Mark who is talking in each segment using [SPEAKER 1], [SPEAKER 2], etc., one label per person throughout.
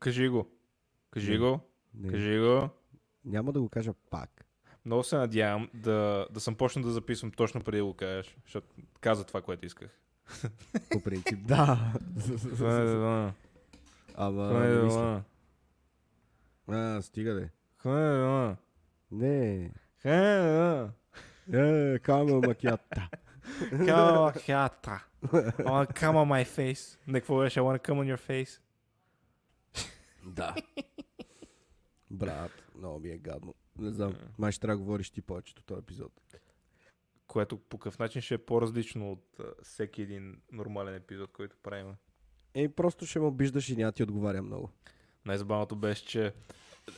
[SPEAKER 1] Кажи го. Кажи
[SPEAKER 2] Не.
[SPEAKER 1] го.
[SPEAKER 2] Не,
[SPEAKER 1] Кажи го.
[SPEAKER 2] Няма да го кажа пак.
[SPEAKER 1] Много се надявам да, да съм почнал да записвам точно преди да го кажеш, защото каза това, което исках.
[SPEAKER 2] По принцип, да.
[SPEAKER 1] Това не е дела.
[SPEAKER 2] Ама,
[SPEAKER 1] Това не е
[SPEAKER 2] не мисля.
[SPEAKER 1] дела.
[SPEAKER 2] А, стига де.
[SPEAKER 1] Това не е дела.
[SPEAKER 2] Не.
[SPEAKER 1] Това не е дела.
[SPEAKER 2] Е, камо макията.
[SPEAKER 1] Кама хата. I wanna come on my face. Не, какво беше? I wanna come on your face.
[SPEAKER 2] Да. Брат, много ми е гадно. Не знам, май ще трябва да говориш ти повече от този епизод.
[SPEAKER 1] Което по какъв начин ще е по-различно от а, всеки един нормален епизод, който правим.
[SPEAKER 2] Е, просто ще ме обиждаш и няма ти отговаря много.
[SPEAKER 1] Най-забавното беше, че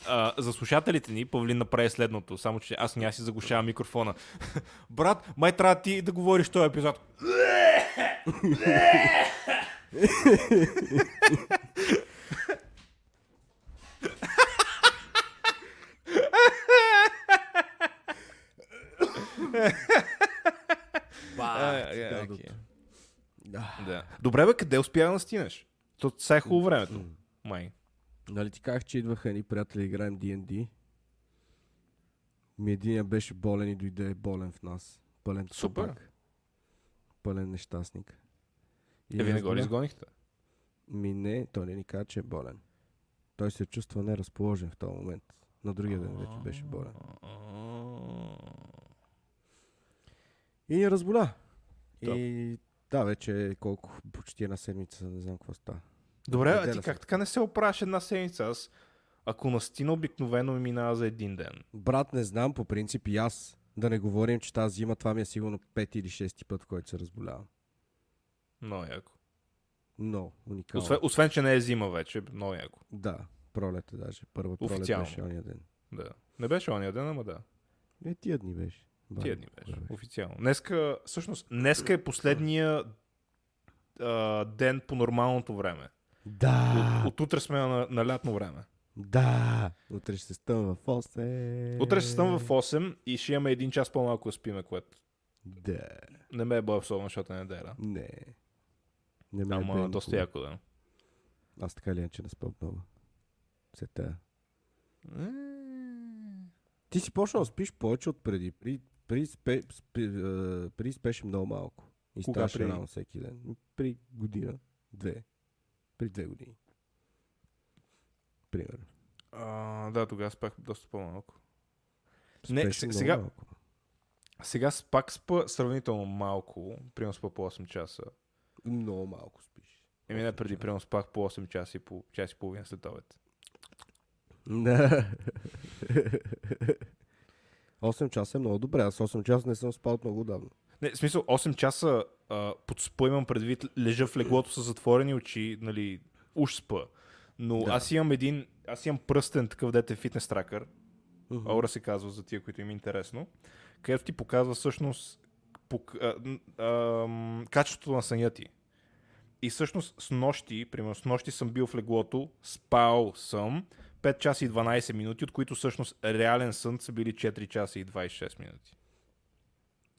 [SPEAKER 1] а, за слушателите ни Павлин направи следното, само че аз няма си заглушавам микрофона. Брат, май трябва ти да говориш този епизод.
[SPEAKER 2] Ба,
[SPEAKER 1] Е, е,
[SPEAKER 2] гадото.
[SPEAKER 1] окей.
[SPEAKER 2] Да.
[SPEAKER 1] Да. Добре, бе, къде успя да стигнеш? То сега е хубаво времето. Май.
[SPEAKER 2] Нали ти казах, че идваха ни приятели да играем D&D? Ми единия беше болен и дойде болен в нас. Пълен
[SPEAKER 1] Супер.
[SPEAKER 2] собак. Пълен нещастник. И
[SPEAKER 1] Е, вие не
[SPEAKER 2] аз
[SPEAKER 1] го ли
[SPEAKER 2] бях-
[SPEAKER 1] изгонихте?
[SPEAKER 2] Ми не, той не ни каза, че е болен. Той се чувства неразположен в този момент. На другия ден вече беше болен. И ни разболя.
[SPEAKER 1] Да.
[SPEAKER 2] И да, вече е колко, почти една седмица, не знам какво става.
[SPEAKER 1] Добре, а ти
[SPEAKER 2] Неделя
[SPEAKER 1] как
[SPEAKER 2] съм.
[SPEAKER 1] така не се оправяш една седмица? Аз, ако настина обикновено ми минава за един ден.
[SPEAKER 2] Брат, не знам, по принцип и аз. Да не говорим, че тази зима това ми е сигурно пети или шести път, в който се разболявам.
[SPEAKER 1] Много яко.
[SPEAKER 2] Но, уникално.
[SPEAKER 1] Освен, освен, че не е зима вече, много яко.
[SPEAKER 2] Да, пролет е даже. Първа пролет
[SPEAKER 1] Официално.
[SPEAKER 2] беше ония ден.
[SPEAKER 1] Да. Не беше ония ден, ама да.
[SPEAKER 2] Не, тия дни беше. Ба,
[SPEAKER 1] Тия дни беше.
[SPEAKER 2] добре.
[SPEAKER 1] Официално. Днеска, всъщност, днеска е последния а, ден по нормалното време.
[SPEAKER 2] Да,
[SPEAKER 1] От, от утре сме на, на лятно време.
[SPEAKER 2] да. Утре ще се стъм в 8.
[SPEAKER 1] Утре ще съм в 8 и ще имаме един час по-малко да спиме, което
[SPEAKER 2] Да,
[SPEAKER 1] не ме е бой особено, защото е неделя.
[SPEAKER 2] не. Не ме е
[SPEAKER 1] Ама
[SPEAKER 2] бе
[SPEAKER 1] доста
[SPEAKER 2] никога.
[SPEAKER 1] яко да.
[SPEAKER 2] Аз така ли иначе не спя много. Се тая. Ти си почнал да спиш повече от преди. При, при, спе, спи, е, при спеше много малко. И
[SPEAKER 1] Кога
[SPEAKER 2] ставаше
[SPEAKER 1] преди?
[SPEAKER 2] рано всеки ден. При година, две. При две години. Примерно.
[SPEAKER 1] А, да, тогава спах доста по-малко. Не,
[SPEAKER 2] Спеше
[SPEAKER 1] се-
[SPEAKER 2] много
[SPEAKER 1] сега-
[SPEAKER 2] малко.
[SPEAKER 1] Сега с- пак спа сравнително малко, примерно спа по 8 часа.
[SPEAKER 2] Много малко спиш.
[SPEAKER 1] Еми не преди, примерно спах по 8 часа и по час и половина след обед.
[SPEAKER 2] 8 часа е много добре. Аз 8 часа не съм спал от много давно.
[SPEAKER 1] Не, в смисъл, 8 часа а, под спа имам предвид, лежа в леглото с затворени очи, нали, уж спа. Но да.
[SPEAKER 2] Да.
[SPEAKER 1] аз имам един, аз имам пръстен такъв дете фитнес тракър, Аура се казва за тия, които им е интересно, където ти показва всъщност пок, а, н- ам, качеството на съня ти. И всъщност с нощи, примерно с нощи съм бил в леглото, спал съм 5 часа и 12 минути, от които всъщност реален сън са били 4 часа и 26 минути.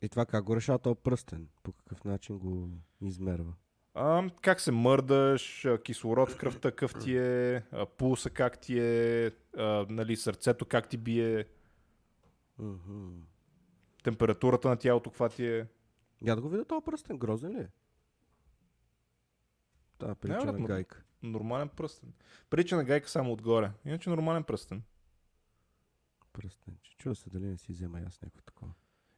[SPEAKER 2] И това как го решава този пръстен? По какъв начин го измерва?
[SPEAKER 1] А, как се мърдаш, а, кислород в кръвта какъв ти е, а, пулса как ти е, а, нали, сърцето как ти бие,
[SPEAKER 2] Мгм.
[SPEAKER 1] температурата на тялото каква ти е.
[SPEAKER 2] Я да го видя този пръстен, грозен ли е? Та прилича на
[SPEAKER 1] вероятно.
[SPEAKER 2] гайка.
[SPEAKER 1] Нормален пръстен. Прилича на гайка само отгоре. Иначе нормален пръстен.
[SPEAKER 2] Пръстен. Ще чува се дали не си взема и аз някой такова.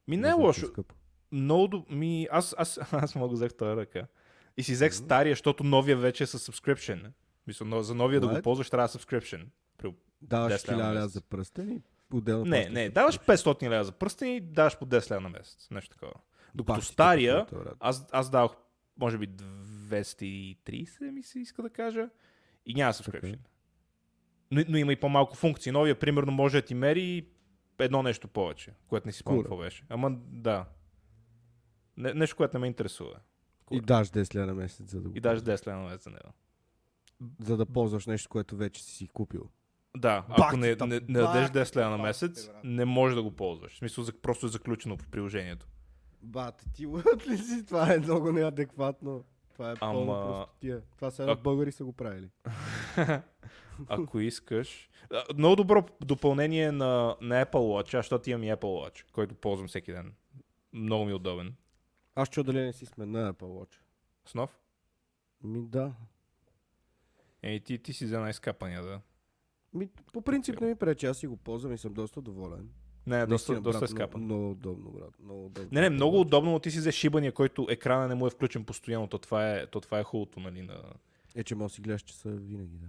[SPEAKER 1] Ми
[SPEAKER 2] Не
[SPEAKER 1] не е
[SPEAKER 2] знам, че
[SPEAKER 1] лошо.
[SPEAKER 2] скъпо.
[SPEAKER 1] Много доб... Ми, аз, аз, аз мога взех тази ръка. И си взех стария, защото новия вече е с subscription. Мисля, но за новия да го
[SPEAKER 2] What?
[SPEAKER 1] ползваш трябва subscription. При-
[SPEAKER 2] Даваш
[SPEAKER 1] 10 лева
[SPEAKER 2] 1000
[SPEAKER 1] на
[SPEAKER 2] лева
[SPEAKER 1] месец.
[SPEAKER 2] за пръстен и отделно
[SPEAKER 1] Не,
[SPEAKER 2] плащаш
[SPEAKER 1] не,
[SPEAKER 2] за
[SPEAKER 1] даваш
[SPEAKER 2] пръстен.
[SPEAKER 1] 500 лева за пръстен и даваш по 10 лева на месец. Нещо такова. Докато
[SPEAKER 2] Бах ти те
[SPEAKER 1] стария,
[SPEAKER 2] пръстените, брат.
[SPEAKER 1] аз, аз давах може би 230 ми се иска да кажа. И няма subscription. Но, но има и по-малко функции. Новия, примерно, може да ти мери едно нещо повече, което не си спомням
[SPEAKER 2] Кура.
[SPEAKER 1] какво беше. Ама да. Не, нещо, което не ме интересува.
[SPEAKER 2] И даш 10 лева на месец, за да го
[SPEAKER 1] И даже 10 лева за него.
[SPEAKER 2] За да ползваш нещо, което вече си си купил.
[SPEAKER 1] Да, ако не, не, не дадеш 10 лева на месец, не можеш да го ползваш. В смисъл, за- просто е заключено в приложението.
[SPEAKER 2] Бат, ти лъд ли си? Това е много неадекватно. Това е
[SPEAKER 1] Ама-
[SPEAKER 2] пълно простотия. Това са едно
[SPEAKER 1] А-
[SPEAKER 2] българи са го правили.
[SPEAKER 1] ако искаш. А, Много добро допълнение на, на Apple Watch, аз защото имам и Apple Watch, който ползвам всеки ден. Много ми е удобен.
[SPEAKER 2] Аз чу дали не си смена Apple Watch.
[SPEAKER 1] С нов?
[SPEAKER 2] Ми да.
[SPEAKER 1] Ей, ти, ти си за най-скапания, да.
[SPEAKER 2] Ми, по принцип не ми пречи, аз си го ползвам и съм доста доволен.
[SPEAKER 1] Не, доста,
[SPEAKER 2] Наистина,
[SPEAKER 1] доста е
[SPEAKER 2] брат,
[SPEAKER 1] скапан.
[SPEAKER 2] Много, много удобно, брат. Много удобно.
[SPEAKER 1] Не, не, много удобно, но ти си за шибания, който екрана не му е включен постоянно. То това е, то това е хубавото, нали? На...
[SPEAKER 2] Е, че може да си гледаш часа винаги, да.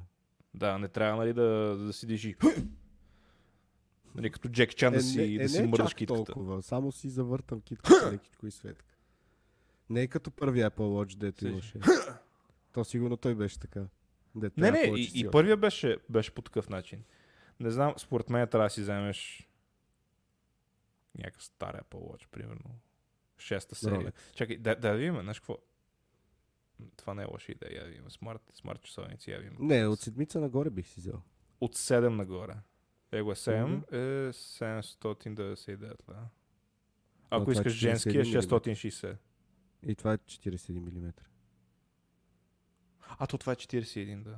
[SPEAKER 1] Да, не трябва, нали, да, да сидиш и... Нали, като Джек Чан да си, да си
[SPEAKER 2] е
[SPEAKER 1] мърдаш
[SPEAKER 2] чак
[SPEAKER 1] китката.
[SPEAKER 2] толкова, само си завъртам китката лекичко и светка. Не е като първия Apple Watch, дето
[SPEAKER 1] Слушай.
[SPEAKER 2] имаше. То сигурно той беше така. Дето
[SPEAKER 1] Не,
[SPEAKER 2] Apple
[SPEAKER 1] не,
[SPEAKER 2] Watch
[SPEAKER 1] и,
[SPEAKER 2] си
[SPEAKER 1] и
[SPEAKER 2] има.
[SPEAKER 1] първия беше, беше по такъв начин. Не знам, според мен трябва да си вземеш някакъв стар Apple Watch, примерно. Шеста серия.
[SPEAKER 2] Rolex.
[SPEAKER 1] Чакай, да, да видим, знаеш какво? Това не е лоша идея, я да видим. Смарт, смарт часовници, я да видим.
[SPEAKER 2] Не, от седмица нагоре бих си взел.
[SPEAKER 1] от 7 нагоре. Его е 7, е 799 лева. Ако
[SPEAKER 2] това е
[SPEAKER 1] искаш женски е
[SPEAKER 2] 41
[SPEAKER 1] 660.
[SPEAKER 2] И това е 41 мм.
[SPEAKER 1] А то това е 41, да.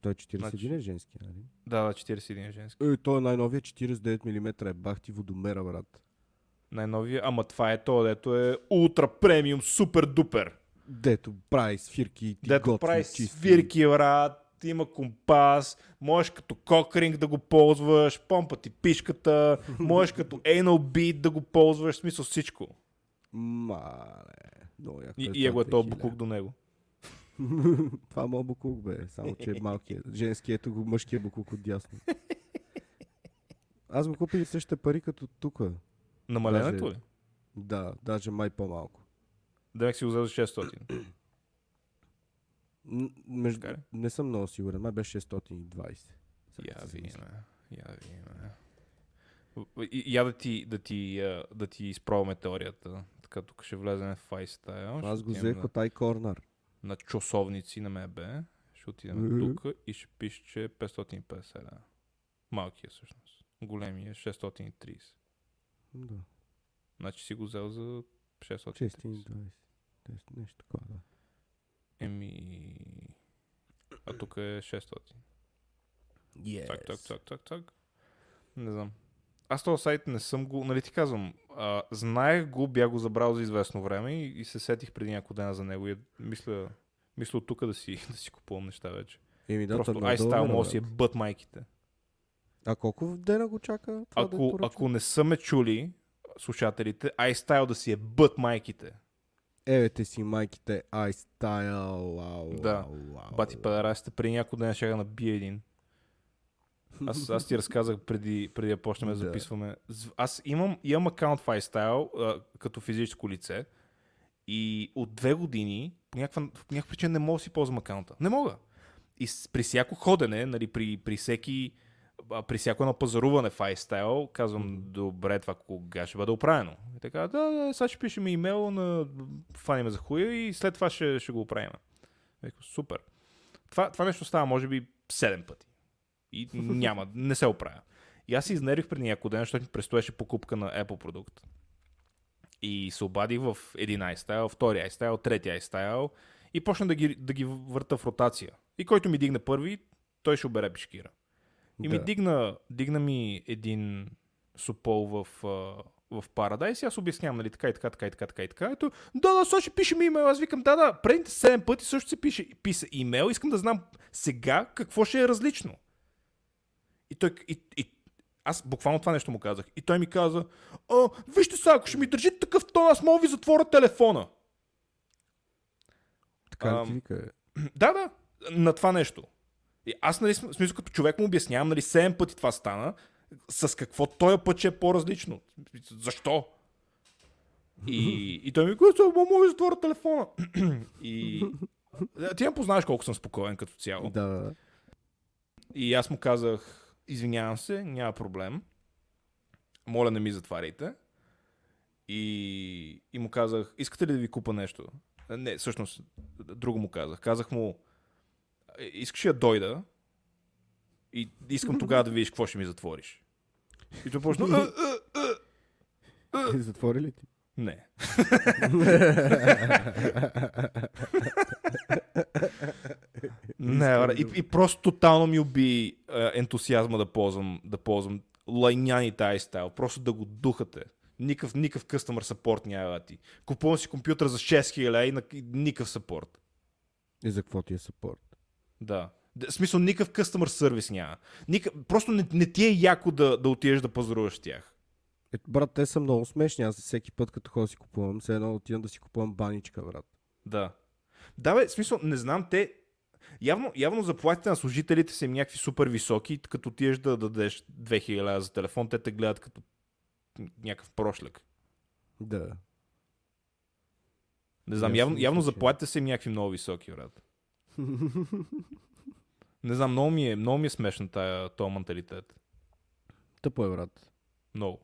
[SPEAKER 2] Той е 41
[SPEAKER 1] Значи-
[SPEAKER 2] е женски, нали?
[SPEAKER 1] Да, да, 41 е женски.
[SPEAKER 2] Е, той е най-новия 49 мм. Е, бах ти водомера, брат.
[SPEAKER 1] Най-новия, ама това е то, дето е ултра премиум, супер дупер.
[SPEAKER 2] Дето прави свирки и ти
[SPEAKER 1] Дето
[SPEAKER 2] готви,
[SPEAKER 1] прави
[SPEAKER 2] чисти.
[SPEAKER 1] свирки, брат, има компас, можеш като кокринг да го ползваш, помпа ти пишката, можеш като anal beat да го ползваш, в смисъл всичко.
[SPEAKER 2] Мале. Много яко
[SPEAKER 1] И,
[SPEAKER 2] е
[SPEAKER 1] и его е
[SPEAKER 2] това
[SPEAKER 1] то
[SPEAKER 2] 2000.
[SPEAKER 1] буклук до него.
[SPEAKER 2] Това е моят буклук, бе. Само, че е малкият. Женският, ето го мъжкия буклук от дясно. Аз го купих същите пари като тук.
[SPEAKER 1] Намаленето
[SPEAKER 2] Даже-
[SPEAKER 1] ли?
[SPEAKER 2] Да, даже май по-малко.
[SPEAKER 1] Да, си го взе за 600.
[SPEAKER 2] М- Между...
[SPEAKER 1] Така ли?
[SPEAKER 2] Не съм много сигурен. Май беше 620. Сега
[SPEAKER 1] Я
[SPEAKER 2] се
[SPEAKER 1] видим,
[SPEAKER 2] замисля.
[SPEAKER 1] я видим. В- и- Я да ти, да ти, а, да ти изпробваме теорията. Така, тук ще влезем в файс тая. ще
[SPEAKER 2] Аз го
[SPEAKER 1] отидем
[SPEAKER 2] взех
[SPEAKER 1] на,
[SPEAKER 2] от iCorner.
[SPEAKER 1] на часовници на МБ. Ще отидем
[SPEAKER 2] Мгм.
[SPEAKER 1] тук и ще пише, че е 550 лева. Малкият всъщност. Големия е 630.
[SPEAKER 2] Да,
[SPEAKER 1] Значи си го взел за 630.
[SPEAKER 2] 620. Тест- Нещо такова, да.
[SPEAKER 1] Еми... А тук е 600. Так, так, так, так, так. Не знам. Аз този сайт не съм го, нали ти казвам, а, знаех го, бях го забрал за известно време и, и се сетих преди няколко дена за него и мисля, мисля от тук да си, да си купувам неща вече.
[SPEAKER 2] Еми, да,
[SPEAKER 1] Да, Просто
[SPEAKER 2] той е много
[SPEAKER 1] iStyle
[SPEAKER 2] добър,
[SPEAKER 1] може да си е
[SPEAKER 2] брат.
[SPEAKER 1] бът майките.
[SPEAKER 2] А колко в дена го чака? Това да е
[SPEAKER 1] Ако,
[SPEAKER 2] поръчка?
[SPEAKER 1] ако не са ме чули, слушателите, iStyle да си е бът майките.
[SPEAKER 2] Евете Е, си майките iStyle. Вау,
[SPEAKER 1] Да.
[SPEAKER 2] вау, вау,
[SPEAKER 1] Бати педарасите, преди няколко дена ще да набия един. Аз, аз ти разказах преди, преди да почнем да
[SPEAKER 2] Да.
[SPEAKER 1] записваме. З- Аз имам, имам акаунт в iStyle а, като физическо лице и от две години по някаква, по някаква причина не мога да си ползвам акаунта. Не мога. И с, при всяко ходене, нали, при, при всеки а, при всяко едно пазаруване в iStyle, казвам, добре, това кога ще бъде оправено. И така, да, да, сега ще пишем имейл на фаниме за хуя и след това ще, ще го оправим. Викам, супер. Това, това нещо става, може би, 7 пъти. И няма, не се оправя. И аз се изнервих преди няколко ден, защото ми предстоеше покупка на Apple продукт. И се обадих в един iStyle, втори iStyle, трети iStyle и почна да ги, да ги върта в ротация. И който ми дигне първи, той ще обере пешкира. И ми
[SPEAKER 2] Да.
[SPEAKER 1] дигна, дигна ми един супол в, а, в Paradise и аз обяснявам, нали, така и така, така и така, така и така. Ето, да, да, сега ще пишем имейл. Аз викам, да, да, предните 7 пъти също се пише, писа имейл. Искам да знам сега какво ще е различно. И той, и, и, аз буквално това нещо му казах. И той ми каза, а, вижте сега, ако ще ми държите такъв тон, аз мога да ви затворя телефона.
[SPEAKER 2] Така ли ти
[SPEAKER 1] Ам,
[SPEAKER 2] вика, бе?
[SPEAKER 1] Да, да, на това нещо. И аз, нали, см- в смисъл, като човек му обяснявам, нали, 7 пъти това стана, с какво този път ще е по-различно. Защо? И, и той ми каза, ама мога да затворя телефона. и... Ти не познаваш колко съм спокоен като цяло.
[SPEAKER 2] Да, да, да.
[SPEAKER 1] И аз му казах, извинявам се, няма проблем. Моля, не ми затваряйте. И, и му казах, искате ли да ви купа нещо? А, Не, всъщност, друго му казах. Казах му, «Е, искаш ли да дойда? И искам тогава да видиш какво ще ми затвориш. И той почна, «А, а,
[SPEAKER 2] Е, Затвори ли ти?
[SPEAKER 1] не. Не,
[SPEAKER 2] искам
[SPEAKER 1] бре, и,
[SPEAKER 2] да-
[SPEAKER 1] и просто тотално ми уби е, ентусиазма да ползвам, да ползвам лайняни тази стайл. Просто да го духате. Никакъв, никакъв customer support няма да ти. Купувам си компютър за 6000 и на и никакъв support.
[SPEAKER 2] И за какво ти е саппорт?
[SPEAKER 1] Да. Д- В смисъл, никакъв customer сервис няма. Никъв... Просто не, не ти е яко да, да отидеш да пазаруваш с тях.
[SPEAKER 2] Е, брат, те са много смешни. Аз всеки път, като ходя си купувам, все едно отивам да си купувам баничка, брат.
[SPEAKER 1] Да. Да, бе, в смисъл, не знам, те... Явно, явно заплатите на служителите са им някакви супер високи, като отидеш да дадеш 2000 за телефон, те те гледат като някакъв прошляк.
[SPEAKER 2] Да.
[SPEAKER 1] Не знам,
[SPEAKER 2] Аз
[SPEAKER 1] явно,
[SPEAKER 2] мисля,
[SPEAKER 1] явно
[SPEAKER 2] че-
[SPEAKER 1] заплатите са им някакви много високи, брат. Не знам, много ми е, много ми е смешно тая, този менталитет.
[SPEAKER 2] Тъпо е, брат.
[SPEAKER 1] Много.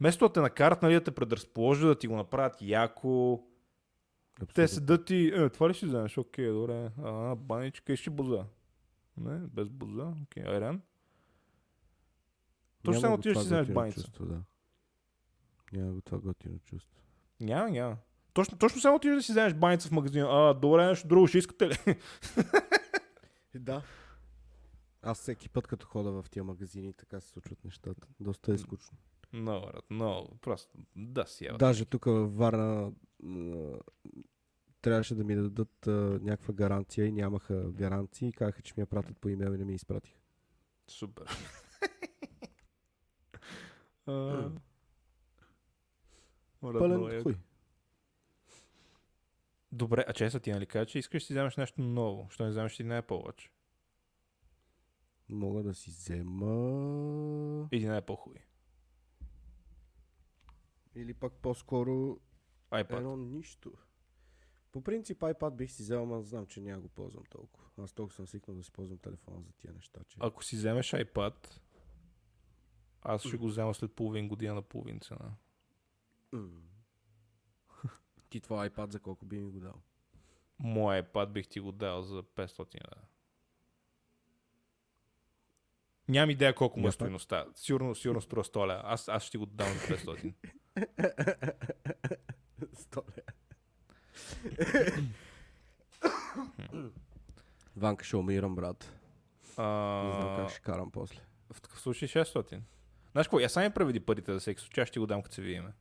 [SPEAKER 1] Вместо да те накарат, нали, да те предразположат, да ти го направят яко. Те
[SPEAKER 2] Абсолютно.
[SPEAKER 1] седат и, е, това ли ще вземеш? Окей, добре. А, баничка и ще буза. Не, без буза. Окей, айран. Точно
[SPEAKER 2] Няма
[SPEAKER 1] само
[SPEAKER 2] го
[SPEAKER 1] отиваш
[SPEAKER 2] това
[SPEAKER 1] и вземеш
[SPEAKER 2] готино
[SPEAKER 1] баница.
[SPEAKER 2] Чувство, да. Няма го това готино чувство.
[SPEAKER 1] Няма, няма. Точно, точно само отиваш да си вземеш баница в магазина. А, добре, нещо друго ще искате ли?
[SPEAKER 2] Да. Аз всеки път, като хода в тия магазини, така се случват нещата. Доста е скучно.
[SPEAKER 1] Много, брат, много. Просто, да си ева.
[SPEAKER 2] Даже тук във Варна м, трябваше да ми дадат а, някаква гаранция и нямаха гаранции и казаха, че ми я пратят по имейл и не ми я изпратиха.
[SPEAKER 1] Супер.
[SPEAKER 2] Пълен хуй.
[SPEAKER 1] Добре, а честно ти нали кажа, че искаш да си вземеш нещо ново? Що не вземеш и на Apple Watch?
[SPEAKER 2] Мога да си взема...
[SPEAKER 1] Или на Apple хуй?
[SPEAKER 2] Или пък по-скоро
[SPEAKER 1] iPad.
[SPEAKER 2] едно нищо. По принцип iPad бих си взел, но знам, че няма го ползвам толкова. Аз толкова съм свикнал да си ползвам телефона за тия неща, че...
[SPEAKER 1] Ако си вземеш iPad, аз ще го взема след половин година на половин цена.
[SPEAKER 2] М. Ти това iPad за колко би ми го дал?
[SPEAKER 1] Моя iPad бих ти го дал за 500 лева. Нямам идея колко му е
[SPEAKER 2] Няма.
[SPEAKER 1] стоеността. Сигурно, сигурно струва 100 лева. Аз, аз ще ти го дам за 500.
[SPEAKER 2] 100 Ванка ще умирам, брат. Не знам
[SPEAKER 1] А,
[SPEAKER 2] как ще карам после.
[SPEAKER 1] В такъв случай 600. Знаеш какво, я сами преведи парите за всеки случай, аз ще ти го дам като се видиме.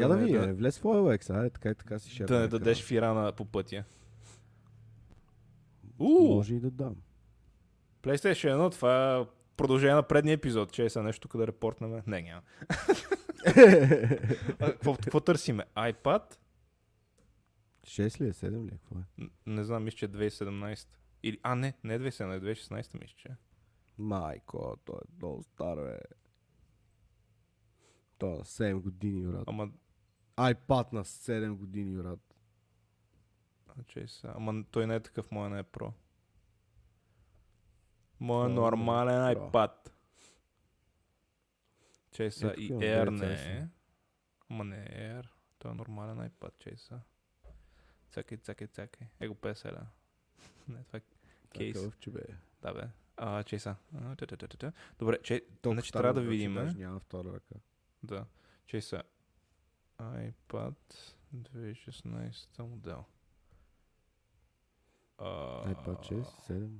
[SPEAKER 2] Я да
[SPEAKER 1] не-
[SPEAKER 2] видя,
[SPEAKER 1] Да,
[SPEAKER 2] е, влез в OLX, айде така и така си ще.
[SPEAKER 1] да не дадеш фирана по пътя. Уу,
[SPEAKER 2] Може и да дам.
[SPEAKER 1] PlayStation 1, това е продължение на предния епизод, че е сега нещо тук да репортнем. Не, няма. А, Какво какво търсиме? iPad?
[SPEAKER 2] 6 ли е, 7 ли е, какво е?
[SPEAKER 1] Н- Не знам, мисля, че е 2017. Или, а, не, не е 2017, е 2016, мисля, че. е.
[SPEAKER 2] Майко, той е много стар, бе. Той е на 7 години, брат.
[SPEAKER 1] Ама,
[SPEAKER 2] iPad на 7 години, брат.
[SPEAKER 1] а, че е сега. Ама той не е такъв, моя не е Pro. Моя е
[SPEAKER 2] Твоя не е
[SPEAKER 1] нормален
[SPEAKER 2] Pro.
[SPEAKER 1] iPad. Че е сега
[SPEAKER 2] Ето
[SPEAKER 1] и
[SPEAKER 2] тук имам
[SPEAKER 1] Air
[SPEAKER 2] 9
[SPEAKER 1] не е.
[SPEAKER 2] сега.
[SPEAKER 1] Ама не е Air. Той е нормален iPad, че е сега. Цакай, цакай, цакай. Его 50 лева. Не, това е кейс.
[SPEAKER 2] Такъв, че бе.
[SPEAKER 1] Да, бе. А, че са. А, та, та, та, та, та. Добре, че...
[SPEAKER 2] Толкова
[SPEAKER 1] значи
[SPEAKER 2] стар,
[SPEAKER 1] трябва да
[SPEAKER 2] брат, че
[SPEAKER 1] видим.
[SPEAKER 2] Даже няма втора ръка.
[SPEAKER 1] Да. Че са. iPad 2016 модел. А,
[SPEAKER 2] iPad 6, 7.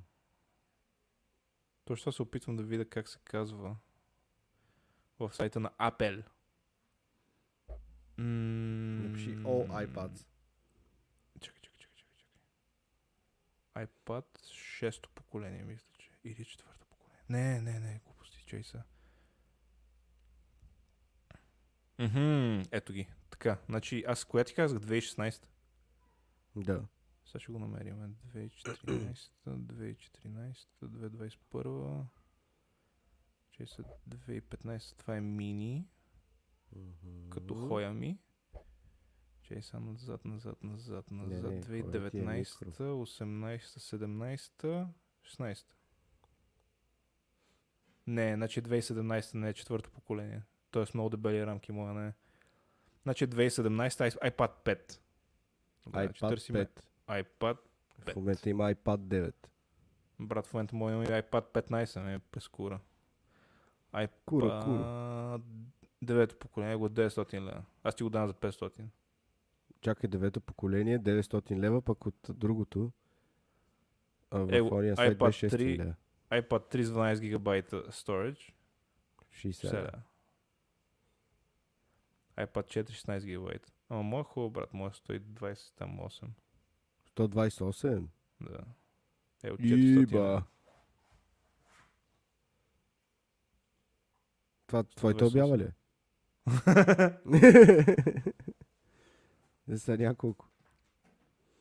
[SPEAKER 1] Точно се опитвам да видя как се казва в сайта на Apple. М,
[SPEAKER 2] Напиши all iPads.
[SPEAKER 1] Чакай, чакай, чакай, чакай, чакай. iPad 6-то поколение, мисля, че. Или четвърто поколение. Не, не, не, глупости, чай са. Мхм, ето ги. Така, значи аз коя ти казах? 2016?
[SPEAKER 2] Да.
[SPEAKER 1] Сега ще го намерим. 2014, 2014, 2021, че са 2015, това е мини, като хоя ми. Че са назад, назад, назад,
[SPEAKER 2] не,
[SPEAKER 1] назад,
[SPEAKER 2] Хоя ти е
[SPEAKER 1] 2019,
[SPEAKER 2] микро.
[SPEAKER 1] 18, 17, 16. Не, значи 2017 не е четвърто поколение. Тоест много дебели рамки моя не е. Значи 2017 iP- iPad 5. Добре, значи
[SPEAKER 2] iPad
[SPEAKER 1] търсим
[SPEAKER 2] 5.
[SPEAKER 1] iPad
[SPEAKER 2] В
[SPEAKER 1] 5.
[SPEAKER 2] момента има iPad 9.
[SPEAKER 1] Брат, в момента му имам и iPad 15, не през кура. iPad...
[SPEAKER 2] Кура, кура.
[SPEAKER 1] Девето поколение го е 900 лева. Аз ти го дам за 500.
[SPEAKER 2] чакай девето поколение, 900 лева, пък от другото а, в
[SPEAKER 1] Е,
[SPEAKER 2] Orient Slide
[SPEAKER 1] iPad
[SPEAKER 2] беше 600
[SPEAKER 1] 3
[SPEAKER 2] лева.
[SPEAKER 1] iPad 3 с 12 гигабайта storage.
[SPEAKER 2] 60
[SPEAKER 1] Сега.
[SPEAKER 2] лева.
[SPEAKER 1] iPad 4 16 гигабайта. Ама моя хубав брат, моя 120 там 8.
[SPEAKER 2] 128?
[SPEAKER 1] Да. Е, от 400.
[SPEAKER 2] Иба! Това
[SPEAKER 1] 128.
[SPEAKER 2] твоята обява ли е? Не са няколко.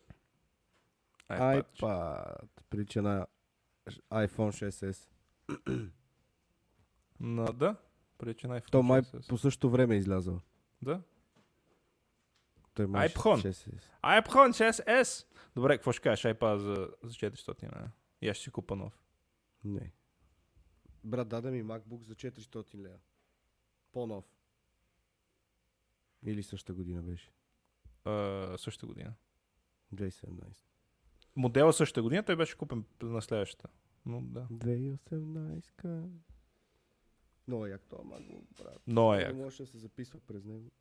[SPEAKER 1] iPad.
[SPEAKER 2] iPad. Прилича на iPhone 6s.
[SPEAKER 1] На, да. Прилича на iPhone
[SPEAKER 2] То май
[SPEAKER 1] 6s.
[SPEAKER 2] по същото време е излязъл.
[SPEAKER 1] Да.
[SPEAKER 2] Той май
[SPEAKER 1] iPhone.
[SPEAKER 2] 6s.
[SPEAKER 1] iPhone 6s. Добре, какво ще кажеш iPad за, за 400 лева? И аз ще си купа нов.
[SPEAKER 2] Не. Брат, даде ми MacBook за 400 лева. По-нов. Или същата година беше.
[SPEAKER 1] А, същата година.
[SPEAKER 2] 2017.
[SPEAKER 1] Модела същата година, той беше купен на следващата. Но да.
[SPEAKER 2] 2018. Много як това MacBook, брат.
[SPEAKER 1] Но е.
[SPEAKER 2] Не
[SPEAKER 1] як.
[SPEAKER 2] може да се записва през него.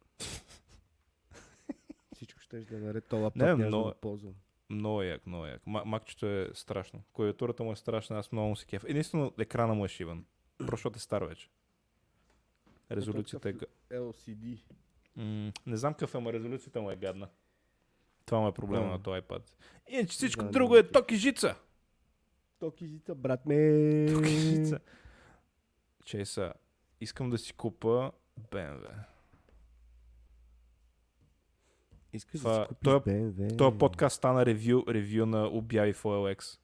[SPEAKER 2] Всичко ще да е наред. То лаптоп
[SPEAKER 1] Не,
[SPEAKER 2] не, е. но...
[SPEAKER 1] но-
[SPEAKER 2] да го ползвам.
[SPEAKER 1] Много як, много як. Ма- макчето е страшно. Клавиатурата му е страшна, аз много му се кеф. Единствено екрана му е шиван. Просто защото е стар вече. Резолюцията е... га-
[SPEAKER 2] LCD.
[SPEAKER 1] М, не знам какъв е, но резолюцията му е гадна. Това му е проблема
[SPEAKER 2] Да.
[SPEAKER 1] на този iPad. Иначе всичко
[SPEAKER 2] Да,
[SPEAKER 1] друго
[SPEAKER 2] да.
[SPEAKER 1] е ток и жица.
[SPEAKER 2] Токизица, брат ме.
[SPEAKER 1] Ток и жица.
[SPEAKER 2] Ами.
[SPEAKER 1] Чеса, искам да си купа BMW.
[SPEAKER 2] Ами. Искаш да
[SPEAKER 1] Това-
[SPEAKER 2] си купиш
[SPEAKER 1] тоя-
[SPEAKER 2] BMW.
[SPEAKER 1] Този подкаст стана ревю, ревю на обяви в OLX.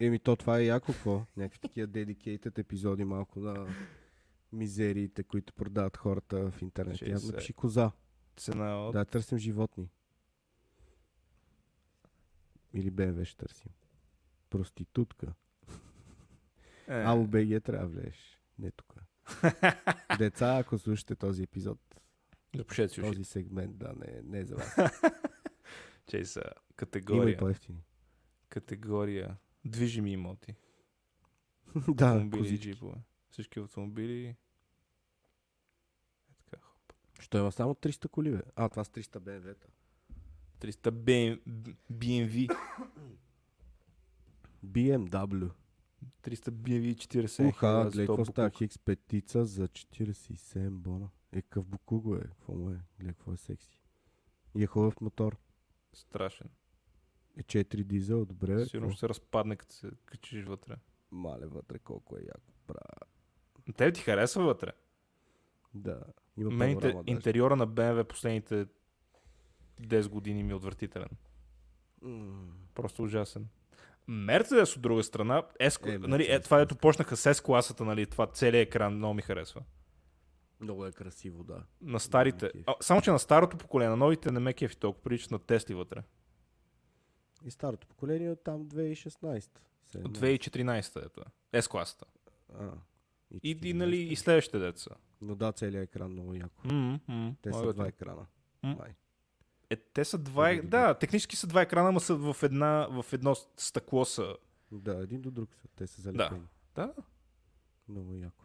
[SPEAKER 2] Еми то това е яко какво. Някакви такива dedicated епизоди малко на мизериите, които продават хората в интернет.
[SPEAKER 1] Ще
[SPEAKER 2] Я
[SPEAKER 1] се-
[SPEAKER 2] напиши коза.
[SPEAKER 1] Цена от...
[SPEAKER 2] Да, търсим животни. Или БМВ ще търсим. Проститутка.
[SPEAKER 1] Е,
[SPEAKER 2] Ало БГ трябва да влезеш. Не тук. Деца, ако слушате този епизод,
[SPEAKER 1] запишете си ушите.
[SPEAKER 2] този сегмент, да, не, не е за вас.
[SPEAKER 1] Чеса,
[SPEAKER 2] Има и
[SPEAKER 1] категория.
[SPEAKER 2] по-ефтини.
[SPEAKER 1] категория движими имоти.
[SPEAKER 2] да,
[SPEAKER 1] автомобили и
[SPEAKER 2] козички.
[SPEAKER 1] джипове. Всички автомобили. Е така, хоп.
[SPEAKER 2] Що има само 300 коли, бе? А, това с 300 БМВ-та.
[SPEAKER 1] 300 BM, BMW.
[SPEAKER 2] BMW.
[SPEAKER 1] 300 BMW 40.
[SPEAKER 2] Уха,
[SPEAKER 1] хиляда за този
[SPEAKER 2] гледай, какво става?
[SPEAKER 1] буклук.
[SPEAKER 2] Хикс петица за 47 бона. Е, къв букуго е? Какво му е? Гледай, какво е секси. И е хубав мотор.
[SPEAKER 1] Страшен.
[SPEAKER 2] Е 4 дизел, добре.
[SPEAKER 1] Сигурно
[SPEAKER 2] бе,
[SPEAKER 1] ще
[SPEAKER 2] Е, какво?
[SPEAKER 1] се разпадне, като се качиш вътре.
[SPEAKER 2] Мале вътре, колко е яко. Бра.
[SPEAKER 1] На Тебе ти харесва вътре.
[SPEAKER 2] Да. Има
[SPEAKER 1] Мен
[SPEAKER 2] Мените,
[SPEAKER 1] интер- интериора на BMW последните 10 години ми е отвратителен. Просто ужасен. Мерцедес от друга страна, S,
[SPEAKER 2] Е,
[SPEAKER 1] нали, е,
[SPEAKER 2] Мерцедес,
[SPEAKER 1] това ето почнаха с S-класата, нали, това целият екран много ми харесва.
[SPEAKER 2] Много е красиво, да.
[SPEAKER 1] На старите.
[SPEAKER 2] кефи.
[SPEAKER 1] А, само, че на старото поколение, на новите не ме кефи толкова, прилича на Тесли вътре.
[SPEAKER 2] И старото поколение от там 2016.
[SPEAKER 1] От
[SPEAKER 2] 2017.
[SPEAKER 1] 2014-та е това. S-класата.
[SPEAKER 2] А,
[SPEAKER 1] И, и,
[SPEAKER 2] 14.
[SPEAKER 1] нали, и следващите деца.
[SPEAKER 2] Но да, целият екран много яко.
[SPEAKER 1] М, е м,
[SPEAKER 2] Те
[SPEAKER 1] мога да
[SPEAKER 2] са два
[SPEAKER 1] ти-
[SPEAKER 2] екрана.
[SPEAKER 1] М.
[SPEAKER 2] Май.
[SPEAKER 1] Е, те са два. е- Да, технически са два екрана, но са в, една, в едно стъкло са.
[SPEAKER 2] Да, един до друг са. Те са залепени.
[SPEAKER 1] Да.
[SPEAKER 2] Много яко.